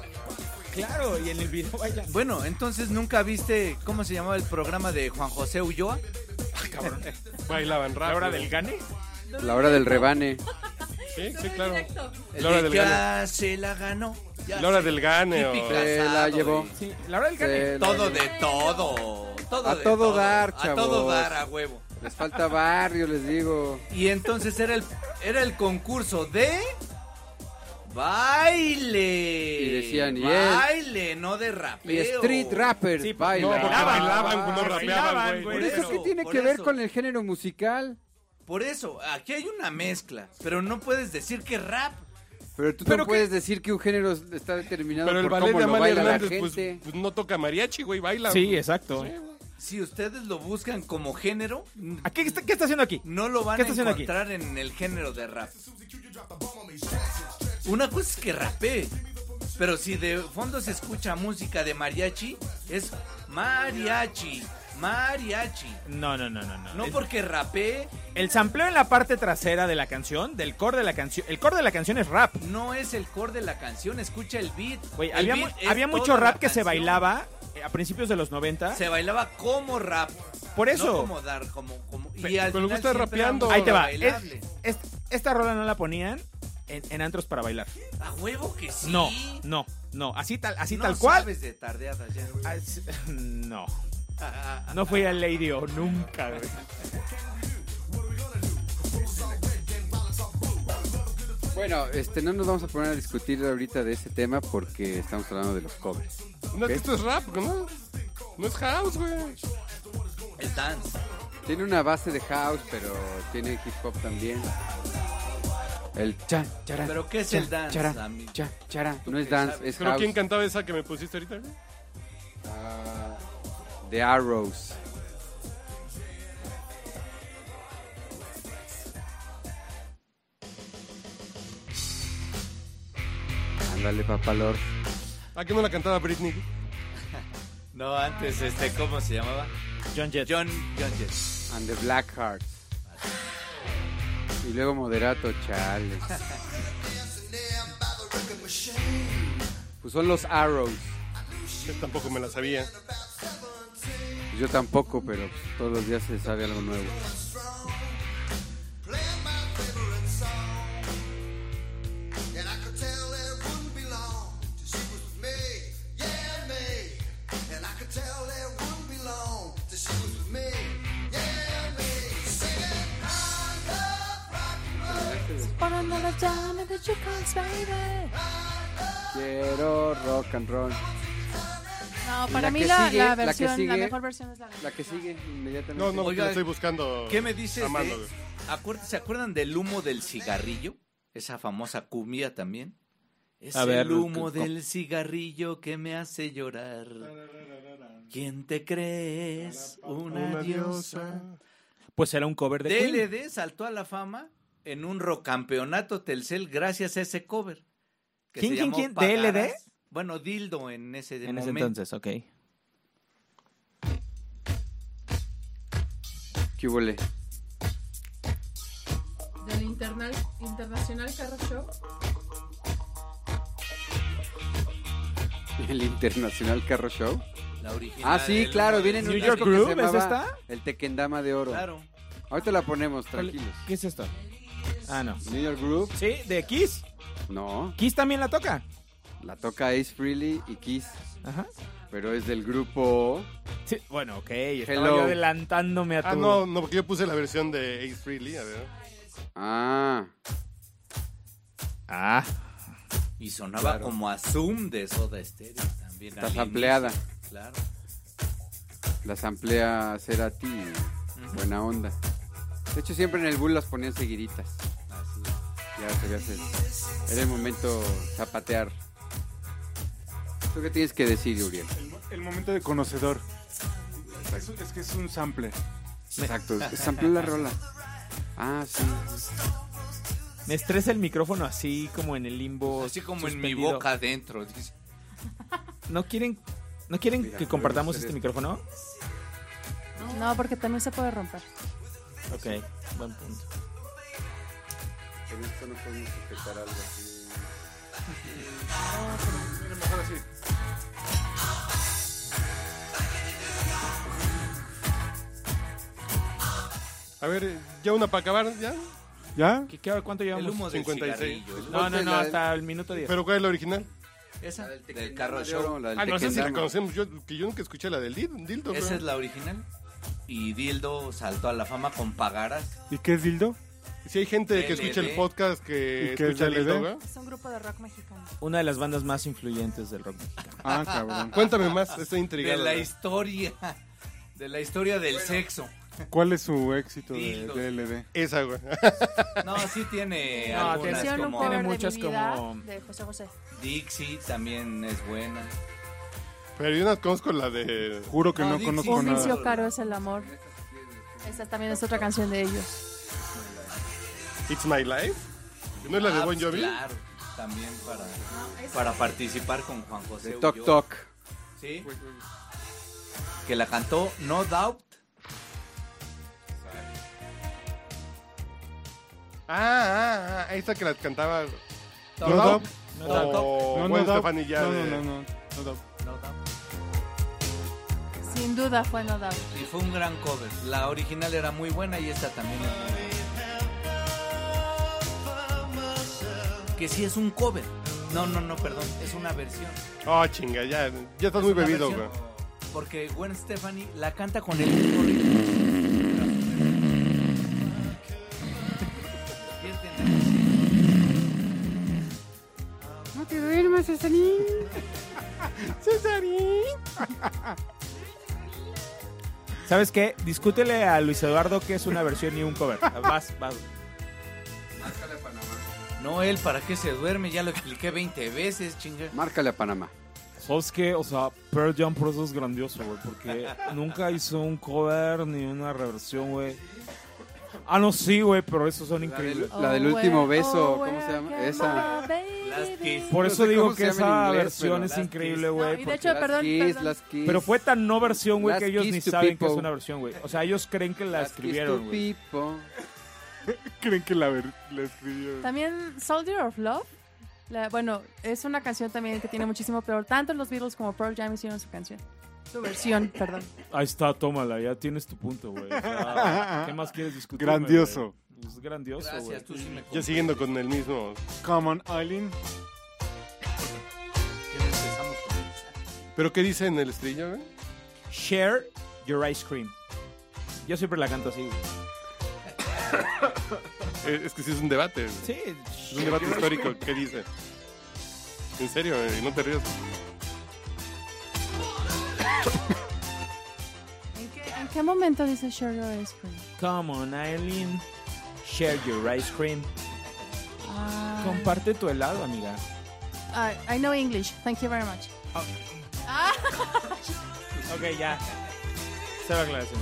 Speaker 6: Claro, y en el video baila.
Speaker 7: Bueno, entonces nunca viste cómo se llamaba el programa de Juan José Ulloa.
Speaker 6: Ah,
Speaker 3: Bailaban rap.
Speaker 6: ¿La hora
Speaker 3: güey.
Speaker 6: del gane?
Speaker 4: La hora del rebane.
Speaker 3: Sí,
Speaker 9: No
Speaker 3: sí,
Speaker 9: es
Speaker 3: claro.
Speaker 9: directo.
Speaker 7: El
Speaker 3: Laura
Speaker 7: de
Speaker 3: del
Speaker 7: ya
Speaker 3: Gane.
Speaker 7: se la ganó. ya
Speaker 3: La hora
Speaker 7: se-
Speaker 3: del gane. o-
Speaker 7: Típica.
Speaker 4: Se la
Speaker 7: Casado,
Speaker 4: llevó.
Speaker 7: güey.
Speaker 6: Sí, la hora del gane.
Speaker 4: Se la-
Speaker 7: Todo de todo. todo
Speaker 4: A
Speaker 7: de
Speaker 4: todo dar,
Speaker 7: A todo
Speaker 4: chavos.
Speaker 7: dar, a huevo.
Speaker 4: Les falta barrio, les digo.
Speaker 7: Y entonces era el, era el concurso de baile.
Speaker 4: Y decían, y el-
Speaker 7: baile, no de rapeo.
Speaker 4: Y street rappers
Speaker 6: Sí,
Speaker 4: baila.
Speaker 3: No, porque
Speaker 6: Bailaban,
Speaker 3: bailaban, pues, no
Speaker 6: bailaban,
Speaker 3: rapeaban,
Speaker 6: güey.
Speaker 4: ¿Por
Speaker 7: por
Speaker 3: güey.
Speaker 4: eso
Speaker 7: eso,
Speaker 4: qué tiene
Speaker 7: por
Speaker 4: que ver
Speaker 7: eso.
Speaker 4: con el género musical?
Speaker 7: Por eso, aquí hay una mezcla, pero no puedes decir que rap.
Speaker 4: Pero tú
Speaker 3: Pero
Speaker 4: no
Speaker 3: qué-
Speaker 4: puedes decir que un género está determinado
Speaker 3: Pero el
Speaker 4: por
Speaker 3: ballet
Speaker 4: cómo
Speaker 3: de
Speaker 4: lo
Speaker 3: Amalia
Speaker 4: baila la
Speaker 3: Hernández, pues,
Speaker 4: gente.
Speaker 3: pues, no toca mariachi, güey, baila.
Speaker 6: Sí, exacto.
Speaker 7: Si ustedes lo buscan como género, n-
Speaker 6: ¿A qué, está, qué está haciendo aquí?
Speaker 7: no lo van
Speaker 6: ¿Qué
Speaker 7: a
Speaker 6: está haciendo aquí?
Speaker 7: encontrar en el género de rap. Una cosa es que rapee, pero si de fondo se escucha música de mariachi, es mariachi, mariachi.
Speaker 6: No, no, no, no, no.
Speaker 7: No
Speaker 6: El-
Speaker 7: porque rapee,
Speaker 6: El sampleo en la parte trasera de la canción, del core de la canción. El core de la canción es rap.
Speaker 7: no es el core de la canción, escucha el beat.
Speaker 6: Güey,
Speaker 7: El
Speaker 6: había,
Speaker 7: beat
Speaker 6: mu-
Speaker 7: es
Speaker 6: había
Speaker 7: toda
Speaker 6: mucho
Speaker 7: la
Speaker 6: rap que se
Speaker 7: canción.
Speaker 6: bailaba eh, a principios de los 90.
Speaker 7: Se bailaba como rap.
Speaker 6: Por eso.
Speaker 7: No como dar, como. como y
Speaker 3: pero le
Speaker 7: al final
Speaker 3: gusta
Speaker 7: siempre era
Speaker 3: rapeando.
Speaker 7: música
Speaker 6: Ahí te va.
Speaker 7: bailable.
Speaker 6: Es- es- esta rola no la ponían en, en antros para bailar.
Speaker 7: A huevo que sí.
Speaker 6: No, no, no. Así tal, así
Speaker 7: No
Speaker 6: tal cual.
Speaker 7: sabes de tardeadas ya.
Speaker 6: Así- no. No fui a Lady O nunca, güey.
Speaker 4: Bueno, este, no nos vamos a poner a discutir ahorita de ese tema porque estamos hablando de los covers.
Speaker 3: No,
Speaker 4: ¿ok?
Speaker 3: que esto es rap, ¿no? No es house, güey.
Speaker 7: El dance.
Speaker 4: Tiene una base de house, pero tiene hip hop también. El cha, chará,
Speaker 7: ¿Pero qué es
Speaker 4: cha,
Speaker 7: el dance,
Speaker 4: chará,
Speaker 7: amigo?
Speaker 4: cha, chará. No es
Speaker 7: qué
Speaker 4: dance,
Speaker 7: sabes?
Speaker 4: es
Speaker 3: Pero
Speaker 4: house.
Speaker 3: ¿quién cantaba esa que me pusiste ahorita, güey?
Speaker 4: Ah, The Arrows. Ándale, papalor.
Speaker 3: Ah, que no la cantaba Britney.
Speaker 7: No, antes, este, ¿cómo se llamaba?
Speaker 6: John Jett.
Speaker 7: John, John Jett.
Speaker 4: And the Black Hearts. Y luego moderato, chale. Pues son los Arrows.
Speaker 3: Yo tampoco me la sabía.
Speaker 4: Yo tampoco, pero pues, todos los días se sabe algo nuevo.
Speaker 9: Por another time in the chicken's, baby.
Speaker 4: Quiero rock and roll.
Speaker 9: No,
Speaker 4: ¿Y
Speaker 9: para
Speaker 4: la
Speaker 9: mí
Speaker 4: que
Speaker 9: la,
Speaker 4: sigue?
Speaker 9: la
Speaker 4: ¿La que
Speaker 9: versión, la,
Speaker 4: sigue?
Speaker 9: mejor versión es la de
Speaker 4: La que sigue inmediatamente.
Speaker 3: No, no,
Speaker 7: Oiga,
Speaker 3: la estoy buscando.
Speaker 7: ¿Qué me dices de-
Speaker 3: Amando, güey.
Speaker 7: Acuer- ¿Se acuerdan del humo del cigarrillo? Esa famosa cumbia también. Es
Speaker 6: A ver,
Speaker 7: el humo
Speaker 6: ¿cómo?
Speaker 7: del cigarrillo que me hace llorar. ¿Quién te crees? Una, diosa.
Speaker 6: Pues era un cover de Queen.
Speaker 7: DLD saltó a la fama en un rocampeonato Telcel gracias a ese cover. que
Speaker 6: ¿Quién,
Speaker 7: se
Speaker 6: quién,
Speaker 7: llamó
Speaker 6: quién? ¿DLD?
Speaker 7: Pagaras. Bueno, Dildo en ese
Speaker 6: En ese
Speaker 7: momento.
Speaker 6: entonces, ok.
Speaker 4: ¿Qué volé?
Speaker 9: Del internal, Internacional Carro Show.
Speaker 4: El Internacional Carro Show.
Speaker 7: La original.
Speaker 4: Ah, sí,
Speaker 7: del-
Speaker 4: claro, viene en un
Speaker 7: New
Speaker 4: disco
Speaker 7: York
Speaker 4: que se
Speaker 7: Groove, ¿es
Speaker 4: llamaba
Speaker 7: esta?
Speaker 4: El Tequendama de Oro.
Speaker 7: Claro.
Speaker 4: Ahorita la ponemos, tranquilos.
Speaker 6: ¿Qué es esto? Ah, no.
Speaker 4: New York Group.
Speaker 6: Sí, de Kiss.
Speaker 4: No,
Speaker 6: Kiss también la toca.
Speaker 4: la toca Ace Freely y Kiss.
Speaker 6: Ajá.
Speaker 4: Pero es del grupo...
Speaker 6: Sí, bueno, ok. Estaba
Speaker 4: Hello.
Speaker 6: yo adelantándome a tu...
Speaker 3: Ah, no, no, porque yo puse la versión de Ace Freely, a ver.
Speaker 4: Ah,
Speaker 6: Ah.
Speaker 7: Y sonaba
Speaker 4: Claro.
Speaker 7: como a Zoom de Soda Stereo también.
Speaker 4: Está
Speaker 7: al inicio.
Speaker 4: sampleada.
Speaker 7: Claro.
Speaker 4: las amplía Cerati. Buena onda. De hecho, siempre en el Bull las ponían seguiditas.
Speaker 7: Así.
Speaker 4: Ya se ve hacer. Era el momento zapatear. ¿Tú qué tienes que decir, Uriel?
Speaker 2: El momento de conocedor. Es, es que es un sample.
Speaker 4: Exacto. Sample la rola. Ah, sí.
Speaker 6: Me estresa el micrófono así como en el limbo.
Speaker 7: Así como en mi
Speaker 6: suspendido.
Speaker 7: boca adentro. dice.
Speaker 6: ¿No quieren, no quieren
Speaker 4: Mira,
Speaker 6: que
Speaker 4: voy
Speaker 6: compartamos
Speaker 4: a hacer
Speaker 6: este micrófono?
Speaker 9: No, porque también se puede romper.
Speaker 6: Ok, buen punto.
Speaker 4: Con esto no podemos sujetar algo así.
Speaker 2: Mejor así.
Speaker 3: A ver, eh, ya una para acabar, ya.
Speaker 2: ¿Ya?
Speaker 6: ¿Qué, qué- cuánto llevamos?
Speaker 7: El humo del
Speaker 3: 56.
Speaker 7: 56.
Speaker 6: No, no, no,
Speaker 4: La-
Speaker 6: hasta el minuto 10.
Speaker 3: ¿Pero cuál es la original?
Speaker 7: Esa del carro
Speaker 4: La de oro,
Speaker 7: show.
Speaker 4: la del
Speaker 6: Ah, no, esa sí
Speaker 3: Si la
Speaker 4: Tequendama.
Speaker 3: conocemos, yo, que yo nunca escuché la del Dil- Dildo.
Speaker 7: Esa
Speaker 3: bro.
Speaker 7: es la original. Y Dildo saltó a la fama con Pagaras.
Speaker 2: ¿Y qué es dildo?
Speaker 3: Si hay gente que escucha el
Speaker 7: LD.
Speaker 3: podcast que
Speaker 2: ¿Y qué es
Speaker 3: escucha el
Speaker 2: LD?
Speaker 3: Dildo, güey.
Speaker 9: Es un grupo de rock mexicano.
Speaker 6: Una de las bandas más influyentes del rock.
Speaker 2: Ah, cabrón.
Speaker 3: Cuéntame más, estoy
Speaker 7: De
Speaker 3: intrigado.
Speaker 7: la
Speaker 3: güey.
Speaker 7: historia. De la historia del sexo.
Speaker 2: ¿Cuál es su éxito de
Speaker 7: Dildos.
Speaker 2: DLD?
Speaker 3: Esa, güey.
Speaker 7: No, sí tiene
Speaker 6: No,
Speaker 7: Eh, algunas
Speaker 9: Hicieron un
Speaker 7: como
Speaker 9: cover
Speaker 6: Tiene muchas
Speaker 9: de mi vida
Speaker 6: como-
Speaker 9: de José José.
Speaker 7: Dixie también es buena.
Speaker 3: Pero yo no conozco la Ah, de.
Speaker 2: Juro que
Speaker 7: No,
Speaker 2: no
Speaker 7: di-
Speaker 2: conozco
Speaker 7: sí, sí,
Speaker 2: nada.
Speaker 7: sí.
Speaker 9: Oficio caro es el amor. Esa también es otra canción de ellos.
Speaker 3: It's My Life. ¿No es la de
Speaker 7: Ah,
Speaker 3: Bon
Speaker 7: pues,
Speaker 3: Jovi?
Speaker 7: Claro, también para, para participar con Juan José.
Speaker 4: De Toc
Speaker 7: Ulloa.
Speaker 4: Toc.
Speaker 7: Sí. Que la cantó No Doubt.
Speaker 3: Ah, ah, ah, esa que la cantaba.
Speaker 7: No,
Speaker 2: No
Speaker 7: Doubt.
Speaker 2: Doubt.
Speaker 7: No Doubt.
Speaker 3: O
Speaker 2: No, no,
Speaker 3: Gwen
Speaker 2: no, no,
Speaker 3: Stefani ya de-
Speaker 2: no, no, no, no, no.
Speaker 7: No Doubt.
Speaker 9: Sin duda fue No Doubt.
Speaker 7: Y fue un gran cover. La original era muy buena y esta también es muy buena. Que sí es un cover. No, no, no, perdón. Es una versión.
Speaker 3: Oh, chinga, ya, ya estás muy
Speaker 7: Es una
Speaker 3: bebido, güey.
Speaker 7: versión, Porque Gwen Stefani la canta con el mismo ritmo.
Speaker 8: No te duermas, Cesarín.
Speaker 6: ¿Sabes qué? Discútele a Luis Eduardo que es una versión y un cover. Vas, vas.
Speaker 7: No, él, ¿para qué se duerme? Ya lo expliqué 20 veces, chinga.
Speaker 4: Márcale a Panamá.
Speaker 5: ¿Sabes qué? O sea, Pearl Jam por eso es grandioso, güey. Porque nunca hizo un cover ni una reversión, güey. Ah, no, sí, güey, pero esos
Speaker 4: La
Speaker 5: son
Speaker 4: del,
Speaker 5: increíbles.
Speaker 4: la
Speaker 7: Oh,
Speaker 4: del
Speaker 5: oh,
Speaker 4: último beso, ¿cómo se
Speaker 9: where
Speaker 4: llama?
Speaker 9: I
Speaker 4: Esa.
Speaker 9: got my
Speaker 7: Las
Speaker 9: baby.
Speaker 7: Kiss.
Speaker 5: Por
Speaker 4: No
Speaker 5: eso
Speaker 4: sé
Speaker 5: digo
Speaker 4: cómo se
Speaker 5: que
Speaker 4: llama en
Speaker 5: esa
Speaker 4: inglés,
Speaker 5: versión
Speaker 4: pero
Speaker 5: es
Speaker 7: las
Speaker 5: increíble,
Speaker 7: Kiss.
Speaker 9: No,
Speaker 5: güey.
Speaker 9: y de
Speaker 5: porque-
Speaker 9: hecho, perdón,
Speaker 4: Kiss,
Speaker 9: perdón.
Speaker 4: las Kiss.
Speaker 5: Pero fue tan no versión, güey,
Speaker 4: Las
Speaker 5: que ellos
Speaker 4: Kiss
Speaker 5: ni
Speaker 4: to
Speaker 5: saben que
Speaker 4: People.
Speaker 5: es una versión, güey. O sea, ellos creen que la
Speaker 4: Las Kiss to
Speaker 5: escribieron, güey.
Speaker 4: People.
Speaker 2: ¿Creen que la, ver- la escribió?
Speaker 9: También Soldier of Love. la- bueno, es una canción también que tiene muchísimo peor. Tanto los Beatles como Pearl Jam hicieron su canción. Su versión, perdón.
Speaker 5: Ahí está, tómala, ya tienes tu punto, güey. O sea, ¿Qué más quieres discutir? güey?
Speaker 2: Grandioso.
Speaker 5: Es grandioso, güey.
Speaker 7: Gracias, tú sí me
Speaker 3: Ya siguiendo con el mismo.
Speaker 2: Come on, Eileen.
Speaker 7: Empezamos con esa.
Speaker 3: ¿Pero qué dice en el estribillo, güey?
Speaker 6: Share your ice cream. Yo siempre la canto así, güey.
Speaker 3: Eh, Es que sí es un debate. güey.
Speaker 6: Sí.
Speaker 3: Es un debate histórico. ¿Qué dice? En serio, güey, no te rías.
Speaker 9: ¿En qué, en qué momento dice Share Your Ice Cream?
Speaker 6: Come on, Eileen. Share your ice cream.
Speaker 9: Ah,
Speaker 6: Comparte tu helado, amiga.
Speaker 9: I- I know English. Thank you very much.
Speaker 6: Ok, ya. Se va aclaración.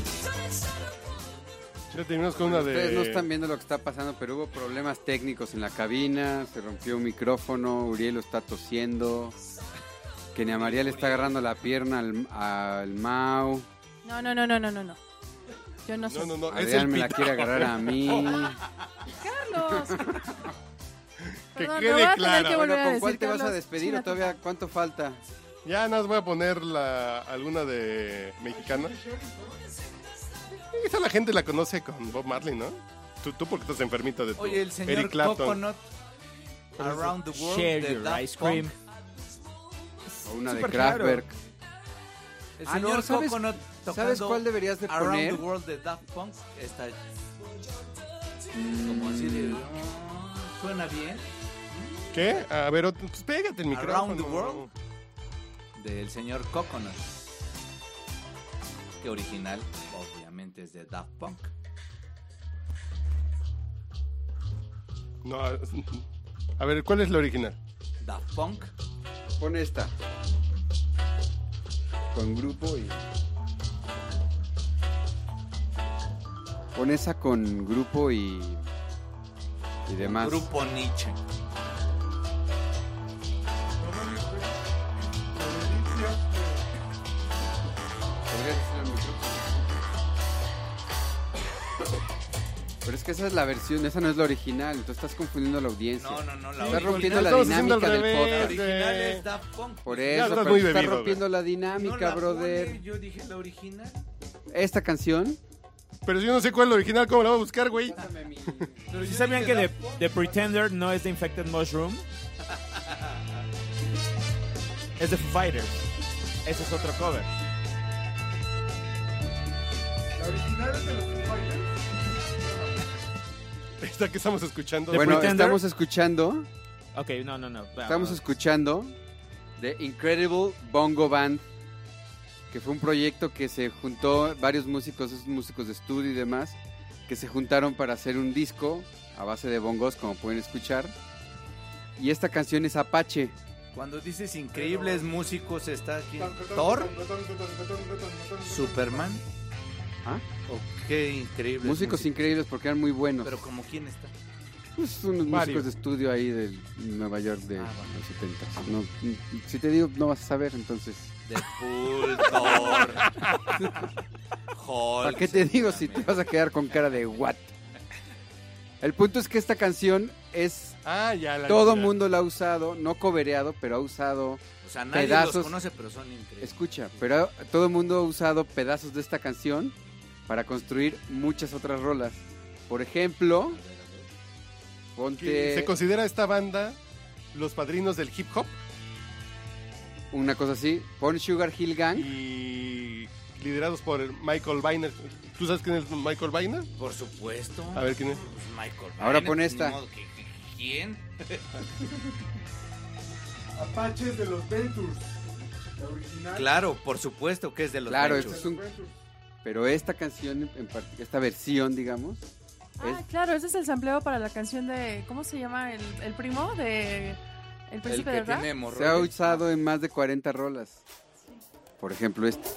Speaker 3: Ya terminamos con una
Speaker 4: Ustedes no están
Speaker 3: de.
Speaker 4: viendo lo que está pasando, pero hubo problemas técnicos en la cabina, se rompió un micrófono, Uriel lo está tosiendo, que ni a María le está agarrando la pierna al, al Mau,
Speaker 9: No, no, no, no, no, no. no. Yo no sé.
Speaker 3: No, no, no, es
Speaker 4: Adrián
Speaker 3: el
Speaker 4: me la
Speaker 3: pito.
Speaker 4: quiere agarrar a mí.
Speaker 9: Carlos.
Speaker 3: Que
Speaker 9: Perdón, me
Speaker 3: quede
Speaker 9: voy a tener
Speaker 3: claro.
Speaker 9: que volver
Speaker 4: Bueno,
Speaker 9: a
Speaker 4: ¿con
Speaker 9: decir
Speaker 4: cuál te vas a
Speaker 9: Carlos,
Speaker 4: despedir
Speaker 9: chinga
Speaker 4: o
Speaker 9: tu
Speaker 4: todavía cuánto falta?
Speaker 9: madre.
Speaker 3: Ya nada más voy a poner la, alguna de mexicana. Esa la gente la conoce con Bob Marley, ¿no? Tú, tú porque estás enfermito de tu
Speaker 7: Oye, el señor
Speaker 3: Eric Clapton.
Speaker 7: Coconut Around the World
Speaker 6: Share
Speaker 7: de
Speaker 6: your
Speaker 7: Daft
Speaker 6: ice cream.
Speaker 7: Punk.
Speaker 4: O una de
Speaker 6: Súper raro.
Speaker 4: Kraftwerk.
Speaker 7: El
Speaker 4: Ah,
Speaker 7: señor
Speaker 4: no, ¿sabes-
Speaker 7: Coconut
Speaker 4: sabes
Speaker 7: tocando
Speaker 4: cuál deberías de
Speaker 7: Around
Speaker 4: poner?
Speaker 7: the World de Daft Punk está como así de suena bien
Speaker 3: ¿Qué? A ver, ot- pues pégate el micrófono.
Speaker 7: Around the World del señor Coconut. Que original obviamente es de Daft Punk.
Speaker 3: No, a ver, ¿cuál es la original?
Speaker 7: Daft Punk.
Speaker 4: Pon esta. Con grupo y. Pon esa con grupo y. Y demás.
Speaker 7: Grupo Nietzsche.
Speaker 4: Podrías decirle al micrófono. Pero es que esa es la versión, esa no es la original. Tú estás confundiendo a la audiencia.
Speaker 7: No, no, no,
Speaker 4: Estás
Speaker 7: la original.
Speaker 4: rompiendo la
Speaker 3: Estamos haciendo
Speaker 4: dinámica del
Speaker 3: al revés,
Speaker 7: La
Speaker 4: podcast.
Speaker 7: original
Speaker 3: de-
Speaker 7: es Daft Punk.
Speaker 4: Por
Speaker 3: Ya
Speaker 4: eso,
Speaker 3: estás
Speaker 4: pero
Speaker 3: muy
Speaker 4: tú estás
Speaker 3: bebido,
Speaker 4: rompiendo la
Speaker 7: No
Speaker 4: dinámica,
Speaker 7: la
Speaker 4: brother.
Speaker 7: pone, yo dije la original.
Speaker 4: Esta canción.
Speaker 3: Pero si yo no sé cuál es la original, ¿cómo la voy a buscar, güey?
Speaker 7: Pero
Speaker 6: ¿Sí
Speaker 7: yo
Speaker 6: sabían
Speaker 7: dije
Speaker 6: que The,
Speaker 7: Daft Punk.
Speaker 6: The Pretender no es de Infected Mushroom? es de Foo Fighters. Ese es otro cover.
Speaker 3: Esta que estamos escuchando.
Speaker 6: The
Speaker 4: Bueno,
Speaker 6: Pretender.
Speaker 4: estamos escuchando.
Speaker 6: Ok, no, no, no.
Speaker 4: Estamos escuchando The Incredible Bongo Band, que fue un proyecto que se juntó varios músicos, esos músicos de estudio y demás, que se juntaron para hacer un disco a base de bongos, como pueden escuchar. Y esta canción es Apache.
Speaker 7: Cuando dices increíbles músicos está aquí Thor, Superman.
Speaker 4: ¿Ah?
Speaker 7: Oh, qué increíbles
Speaker 4: Músicos increíbles porque eran muy buenos.
Speaker 7: Pero como quién está.
Speaker 4: Pues unos
Speaker 3: Varios.
Speaker 4: músicos de estudio ahí de Nueva York de
Speaker 7: Ah, bueno.
Speaker 4: los 70. No, si te digo, no vas a saber, entonces.
Speaker 7: Deadpool, Thor, Hulk.
Speaker 4: ¿Para qué te digo si te vas a quedar con cara de what? El punto es que esta canción es
Speaker 3: Ah, ya la
Speaker 4: Todo
Speaker 3: ya.
Speaker 4: mundo la ha usado, no cobereado, pero ha usado,
Speaker 7: O sea, nadie los
Speaker 4: pedazos.
Speaker 7: conoce, pero son increíbles.
Speaker 4: escucha, pero ha- todo mundo ha usado pedazos de esta canción para construir muchas otras rolas. Por ejemplo,
Speaker 3: ¿Se
Speaker 4: ponte
Speaker 3: considera esta banda los padrinos del hip hop?
Speaker 4: una cosa así, pon Sugar Hill Gang,
Speaker 3: Y liderados por el Michael Biner. ¿Tú sabes quién es Michael Biner?
Speaker 7: Por supuesto.
Speaker 3: A ver quién es.
Speaker 7: Pues Michael.
Speaker 4: Ahora
Speaker 7: Bennett,
Speaker 4: pon
Speaker 7: ni
Speaker 4: esta.
Speaker 7: modo que- que- ¿Quién?
Speaker 2: Apaches de los Ventures. La original.
Speaker 7: Claro, por supuesto que es de los
Speaker 4: Claro, este
Speaker 7: Ventures.
Speaker 4: es un- pero esta canción, en par- esta versión, digamos,
Speaker 9: Ah, claro, ese es el sampleo para la canción de. ¿Cómo se llama? El, el primo de. El
Speaker 8: Pues
Speaker 7: el
Speaker 9: príncipe
Speaker 7: que
Speaker 9: de rap.
Speaker 7: tiene
Speaker 4: se ha
Speaker 7: hemorroides.
Speaker 4: usado en más de 40 rolas. Por ejemplo, esta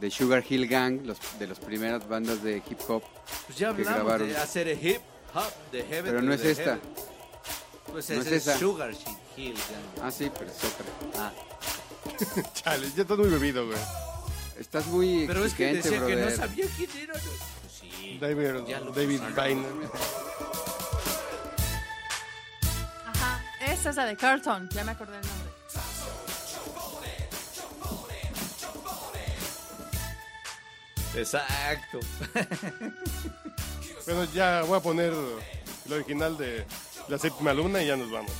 Speaker 4: de Sugar Hill Gang, los, de las primeras bandas de hip hop,
Speaker 7: Pues ya
Speaker 4: que
Speaker 7: hablamos
Speaker 4: grabaron.
Speaker 7: de hacer el hip hop de Heaven.
Speaker 4: pero
Speaker 7: to
Speaker 4: no es
Speaker 7: the
Speaker 4: esta.
Speaker 7: Heaven. Pues
Speaker 4: No
Speaker 7: ese
Speaker 4: es
Speaker 7: es
Speaker 4: esa.
Speaker 7: Sugar She- Hill. Gang.
Speaker 4: Ah, sí, pero es otra.
Speaker 7: Ah,
Speaker 3: Chale, ya estás muy bebido, güey.
Speaker 4: Estás muy
Speaker 7: pero es que
Speaker 4: exigente,
Speaker 7: decía que no
Speaker 4: brother.
Speaker 7: sabía quién era. Pues sí.
Speaker 3: David,
Speaker 7: Ya lo
Speaker 3: David
Speaker 7: pasaron.
Speaker 3: Biner.
Speaker 9: Ajá, esa es la de Carlton, ya me acordé el nombre.
Speaker 7: Exacto.
Speaker 3: Bueno, ya voy a poner la original de La Séptima Luna y ya nos vamos.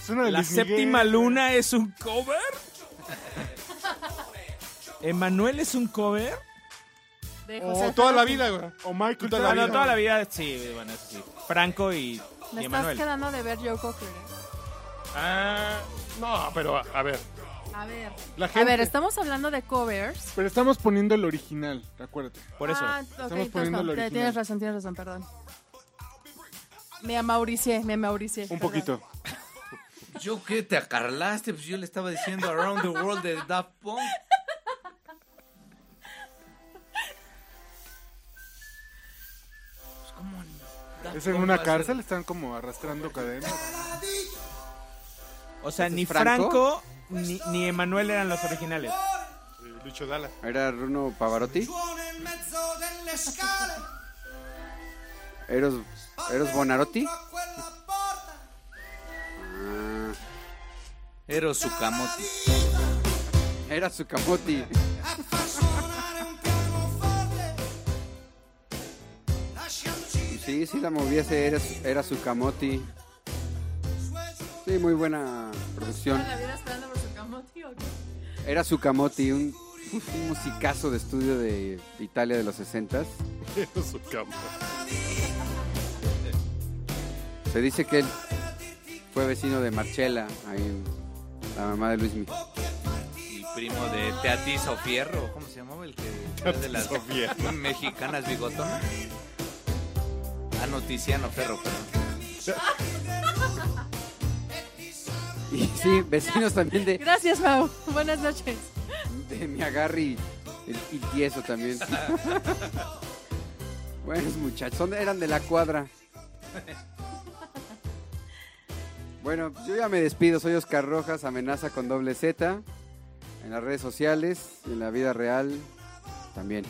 Speaker 2: Es una de
Speaker 6: La
Speaker 2: Luis Miguel.
Speaker 6: séptima luna es un cover. Emanuel es un cover.
Speaker 9: De
Speaker 3: O
Speaker 9: José
Speaker 3: Oh, toda la
Speaker 9: Alfaro.
Speaker 3: vida, güey.
Speaker 2: O Michael
Speaker 3: Toda la
Speaker 2: Jackson.
Speaker 6: No,
Speaker 3: vida.
Speaker 6: toda la vida, sí, bueno, eso sí. Franco y, y
Speaker 9: Me estás
Speaker 6: Emanuel.
Speaker 9: quedando de ver Joe Cocker. ¿eh?
Speaker 3: Ah, no, pero a, a ver.
Speaker 9: A ver.
Speaker 3: La
Speaker 9: A
Speaker 3: gente.
Speaker 9: ver, estamos hablando de covers.
Speaker 2: Pero estamos poniendo el original, acuérdate.
Speaker 6: Por eso.
Speaker 9: Ah, ok, entonces
Speaker 2: poniendo
Speaker 9: no,
Speaker 2: el
Speaker 9: te-
Speaker 2: original.
Speaker 9: Tienes razón, tienes razón, perdón. Me amauricié, me amauricié.
Speaker 2: Un
Speaker 9: perdón.
Speaker 2: poquito.
Speaker 7: ¿Yo qué te acarlaste? Pues yo le estaba diciendo Around the World de Daft Punk. Pues, ¿cómo no? Daft
Speaker 2: Es en
Speaker 7: Punk va
Speaker 2: una
Speaker 7: a
Speaker 2: cárcel, están como arrastrando cadenas.
Speaker 6: O sea, ni
Speaker 4: es Franco?
Speaker 6: Franco, ni, ni Emanuel eran los originales.
Speaker 3: eh, Lucho Dala.
Speaker 4: Era Bruno Pavarotti. Eros, Eros Bonarotti. Ah,
Speaker 7: Era Sukamoto.
Speaker 4: Era Sukamoto. Sí, sí la moviese, era, era Sukamoti. Sí, muy buena producción.
Speaker 9: ¿Toda la vida esperando por su camote o qué?
Speaker 4: Era Sukamoti, un, uf, un musicazo de estudio de Italia de los 60
Speaker 3: Era Sukamoto.
Speaker 4: Se dice que él fue vecino de Marcella, ahí, la mamá de Luismi.
Speaker 7: Y primo de Teatizo Fierro. ¿Cómo se llamaba el que era de las
Speaker 3: Teatizo Fierro.
Speaker 7: mexicanas bigotonas? Ah, no, Tiziano Ferro, perdón.
Speaker 4: Y sí, vecinos también de,
Speaker 9: Gracias, Mau. Buenas noches.
Speaker 4: de mi agarri el, y tieso también. Buenos muchachos, son- eran de la cuadra. Bueno, yo ya me despido, soy Oscar Rojas, amenaza con doble Z, en las redes sociales, y en la vida real también.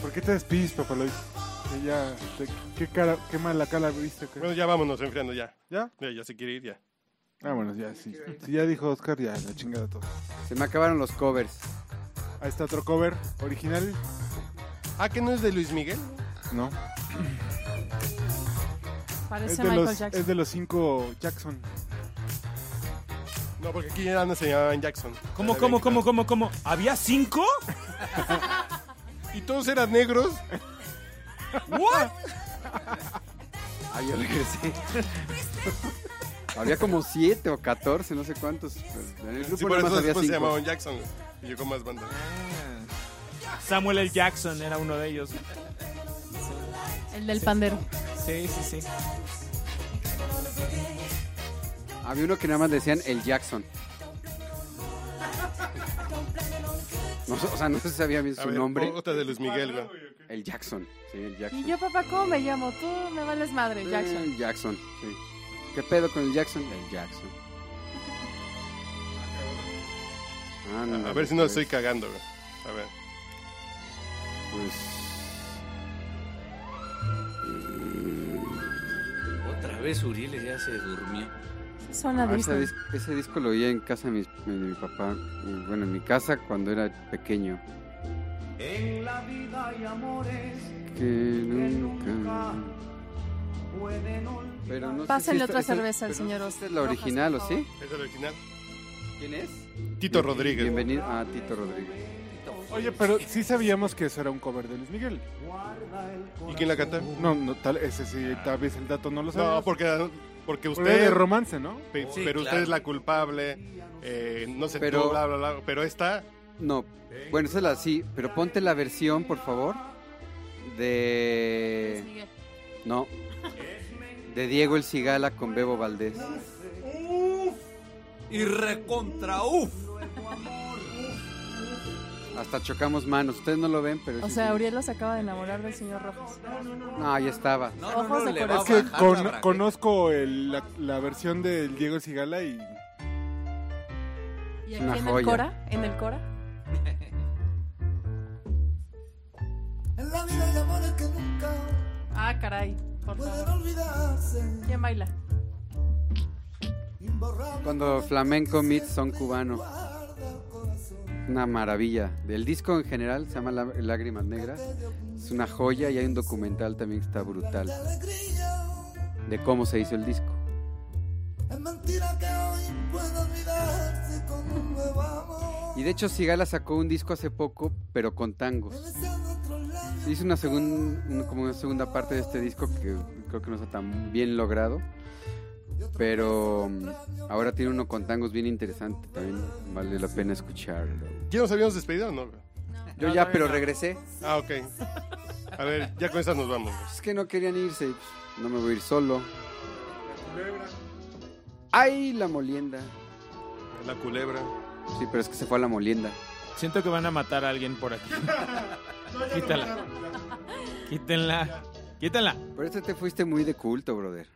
Speaker 2: ¿Por qué te despides, papá Lois? Que ya, te- qué, cara, qué mala cara viste. que-
Speaker 3: Bueno, ya vámonos enfriando ya.
Speaker 2: ¿Ya?
Speaker 3: Ya, ya se quiere ir ya.
Speaker 2: Ah, bueno, ya, sí. Si ya dijo Oscar, ya, la chingada todo.
Speaker 4: Se me acabaron los covers.
Speaker 2: Ahí está otro cover original.
Speaker 3: Ah, que no es de Luis Miguel.
Speaker 2: No. Es
Speaker 9: Parece
Speaker 2: de,
Speaker 9: Michael
Speaker 2: los,
Speaker 9: Jackson.
Speaker 2: es de los cinco Jackson.
Speaker 3: No, porque aquí ya no se llamaban Jackson.
Speaker 5: ¿Cómo,
Speaker 3: Ya
Speaker 5: cómo,
Speaker 3: habían
Speaker 5: cómo, cómo, cómo? ¿Había cinco?
Speaker 3: quitado. Y todos eran negros.
Speaker 5: ¿What?
Speaker 4: Ah, yo regresé. había como siete o 14, no sé cuántos. pero En el grupo
Speaker 3: Sí, por
Speaker 4: nada más
Speaker 3: eso
Speaker 4: había
Speaker 3: después se
Speaker 4: cinco.
Speaker 3: llamaban Jackson. Y yo con más bandas.
Speaker 6: Samuel L. Jackson era uno de ellos.
Speaker 9: El del pandero.
Speaker 6: Sí, sí, sí.
Speaker 4: Había uno que nada más le decían el Jackson. No sé, o sea, no se sabía bien
Speaker 3: A
Speaker 4: su
Speaker 3: ver,
Speaker 4: nombre.
Speaker 3: Otra de Luis Miguel, güey.
Speaker 4: El Jackson. Sí, el Jackson.
Speaker 9: Y yo, papá, ¿cómo me llamo? Tú me vales madre, Jackson.
Speaker 4: El Jackson, sí. ¿Qué pedo con el Jackson? El Jackson. Ándale,
Speaker 3: A ver si no
Speaker 4: pues,
Speaker 3: estoy cagando, güey. A ver.
Speaker 4: pues,
Speaker 7: Otra vez Uriel ya se durmió.
Speaker 9: Zona
Speaker 4: ah, ese,
Speaker 9: Disney.
Speaker 4: dis- ese disco lo oía en casa de mi, de mi papá. y, Bueno, en mi casa cuando era pequeño.
Speaker 10: En la vida hay amores
Speaker 4: Que nunca.
Speaker 10: pueden olvidar.
Speaker 4: Pero no sé
Speaker 9: Pásenle
Speaker 4: si esta-
Speaker 9: otra
Speaker 4: esta-
Speaker 9: cerveza al
Speaker 4: pero no
Speaker 9: señor
Speaker 4: sé si esta
Speaker 9: Os-
Speaker 4: es la
Speaker 9: Rojas,
Speaker 4: original,
Speaker 9: por
Speaker 4: ¿o
Speaker 9: favor.
Speaker 4: sí?
Speaker 3: ¿Es el original?
Speaker 4: ¿Quién es?
Speaker 3: Tito Rodríguez.
Speaker 4: Bienvenido a ah, Tito Rodríguez.
Speaker 2: Oye, pero sí sabíamos que eso era un cover de Luis Miguel.
Speaker 3: ¿Y quién la canta?
Speaker 2: No, no tal, ese sí, tal vez el dato no lo sabía.
Speaker 3: No, porque,
Speaker 2: Porque
Speaker 3: porque
Speaker 2: era
Speaker 3: usted.
Speaker 2: de romance, ¿no?
Speaker 3: pe-
Speaker 7: Sí,
Speaker 3: pero usted
Speaker 7: claro.
Speaker 3: es la culpable. eh, no sé,
Speaker 4: Oh, Pero-
Speaker 3: pero, bla, bla, bla. Pero esta.
Speaker 4: No, bueno, esa es la sí, pero ponte la versión, por favor,
Speaker 9: Luis
Speaker 4: de...
Speaker 9: Miguel.
Speaker 4: No, de Diego el Cigala con Bebo Valdés.
Speaker 7: Y recontra uf.
Speaker 4: Hasta chocamos manos, ustedes no lo ven, pero...
Speaker 9: O
Speaker 4: sí,
Speaker 9: sea,
Speaker 4: sí.
Speaker 9: Uriel los acaba de enamorar del señor Rojas.
Speaker 4: No, ahí estaba.
Speaker 7: No, no,
Speaker 9: Ojos
Speaker 7: no,
Speaker 9: de
Speaker 7: le va
Speaker 9: corazón.
Speaker 7: a
Speaker 2: Es que
Speaker 7: bajar
Speaker 2: con-
Speaker 7: la braqueta.
Speaker 2: conozco el- la, la versión del Diego Sigala y
Speaker 9: Y
Speaker 4: Es
Speaker 9: aquí
Speaker 4: una
Speaker 9: en el
Speaker 4: joya.
Speaker 9: Cora, en el Cora.
Speaker 10: En la vida hay amores que nunca
Speaker 9: Ah, caray. Por
Speaker 10: pueden
Speaker 9: favor.
Speaker 10: olvidarse.
Speaker 9: ¿Quién baila?
Speaker 10: Imborrable
Speaker 4: Cuando flamenco meets son cubano,
Speaker 10: guarda el corazón.
Speaker 4: una maravilla. Del disco en general, se llama Lá- Lágrimas Negras, es una joya y hay un documental también que está brutal
Speaker 10: La alegría
Speaker 4: de cómo se hizo el disco.
Speaker 10: es mentira que hoy puede olvidarse con un nuevo amor.
Speaker 4: Y de hecho Sigala sacó un disco hace poco, pero con tangos.
Speaker 10: Besando otros labios.
Speaker 4: Hice una segunda, como una segunda parte de este disco que creo que no está tan bien logrado, pero mm, ahora tiene uno con tangos bien interesante, también vale la pena escucharlo.
Speaker 3: ¿Ya nos habíamos despedido o no? güey?
Speaker 4: Yo ya, pero regresé.
Speaker 3: Ah, ok. A ver, ya con esta nos vamos. güey.
Speaker 4: Es que no querían irse, y, pues, no me voy a ir solo. ¡Ay, la molienda!
Speaker 3: La culebra.
Speaker 4: Sí, pero es que se fue a la molienda.
Speaker 6: Siento que van a matar a alguien por aquí. Quítala. Quítenla. Quítenla.
Speaker 4: Pero este te fuiste muy de culto, brother.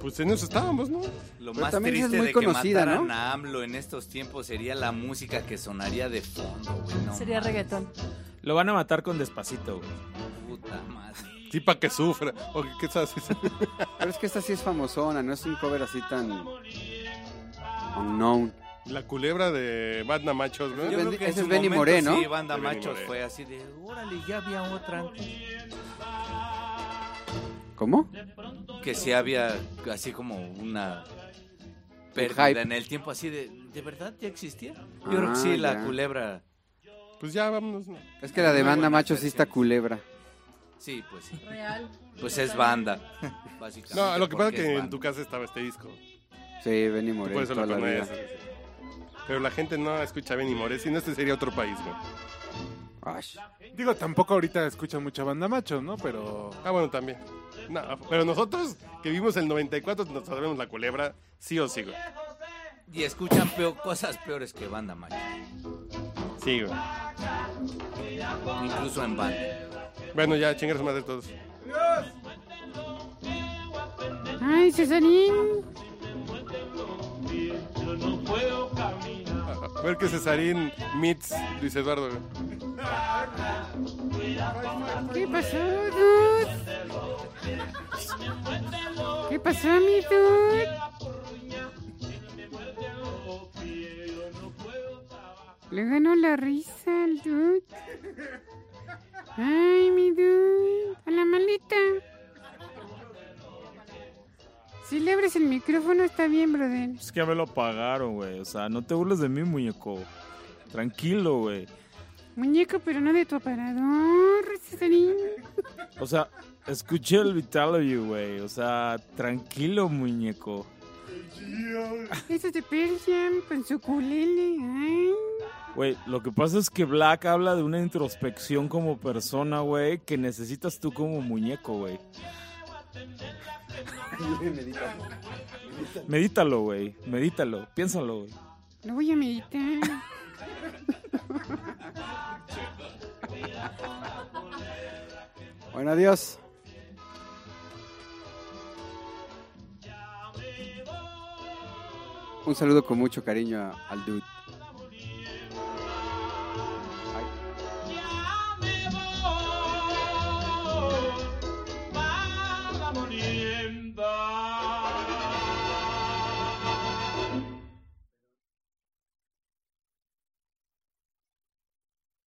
Speaker 3: Pues en eso estábamos, ¿no?
Speaker 7: Lo
Speaker 4: Pero
Speaker 7: más
Speaker 4: también esa es
Speaker 7: triste
Speaker 4: muy
Speaker 7: de
Speaker 4: conocida,
Speaker 7: que mataran
Speaker 4: ¿no?
Speaker 7: a AMLO en estos tiempos sería la música que sonaría de fondo, güey. no
Speaker 9: Sería
Speaker 7: mames.
Speaker 9: reggaetón.
Speaker 6: Lo van a matar con despacito, güey.
Speaker 7: Puta madre.
Speaker 3: Sí, para que sufra. O que- que sea así.
Speaker 4: Pero es que esta sí es famosona, no es un cover así tan. Unknown.
Speaker 3: La culebra de Banda Machos, ¿no?
Speaker 4: Yo creo que en Ese es su Benny momento Moré, ¿no?
Speaker 7: Sí, Banda
Speaker 3: Benny
Speaker 7: Machos
Speaker 3: Moré.
Speaker 7: fue así de, uh, órale, ya había otra antes.
Speaker 4: ¿Cómo?
Speaker 7: Que sí había así como una pérdida
Speaker 4: hype.
Speaker 7: en el tiempo, así de, ¿de verdad ya existía? Yo creo que sí,
Speaker 4: Ah,
Speaker 7: la
Speaker 4: ya.
Speaker 7: culebra.
Speaker 3: Pues ya, vámonos. ¿no?
Speaker 4: Es que la
Speaker 7: Muy
Speaker 4: demanda
Speaker 7: buena
Speaker 4: macho sí está
Speaker 7: canción.
Speaker 4: culebra.
Speaker 7: Sí, pues sí.
Speaker 12: Real.
Speaker 7: Pues es banda, básicamente.
Speaker 3: No, lo que pasa es
Speaker 7: porque
Speaker 3: que en
Speaker 7: banda.
Speaker 3: tu casa estaba este disco.
Speaker 4: Sí, Benny
Speaker 3: Tú
Speaker 4: Moreno.
Speaker 3: por eso lo
Speaker 4: Toda la vida.
Speaker 3: conoces. Pero la gente no escucha Benny Moré, si no, este sería otro país, güey.
Speaker 4: Ash.
Speaker 2: Digo, tampoco ahorita escuchan mucha banda macho, ¿no? Pero.
Speaker 3: Ah, bueno, también. No, pero nosotros que vimos el 94 nos sabemos la culebra, sí o sí, güey.
Speaker 7: Y escuchan peo- cosas peores que banda macho,
Speaker 3: Sí, güey.
Speaker 7: incluso en banda.
Speaker 3: Bueno, ya, chingar su madre todos.
Speaker 13: Ay, Cesarín.
Speaker 3: A ver que Cesarín meets Luis Eduardo, güey.
Speaker 13: ¿Qué pasó, dude? ¿Qué pasó, mi dude? Le ganó la risa al dude. Ay, mi dude. A la maleta. Si le abres el micrófono está bien, brother.
Speaker 5: Es que ya me lo pagaron, güey. O sea, no te burles de mí, muñeco. Tranquilo, güey.
Speaker 13: Muñeco, pero no de tu aparador, Cesarín.
Speaker 5: O sea, escuché el Vitality, güey. O sea, tranquilo, muñeco.
Speaker 13: Eso de Pearl Jam con su culele. Ay.
Speaker 5: Güey, lo que pasa es que Black habla de una introspección como persona, güey, que necesitas tú como muñeco, güey. Medítalo, güey. Medítalo. Piénsalo, güey.
Speaker 13: No voy a meditar.
Speaker 4: Bueno, adiós. Un saludo con mucho cariño a- al dude.
Speaker 13: Ah.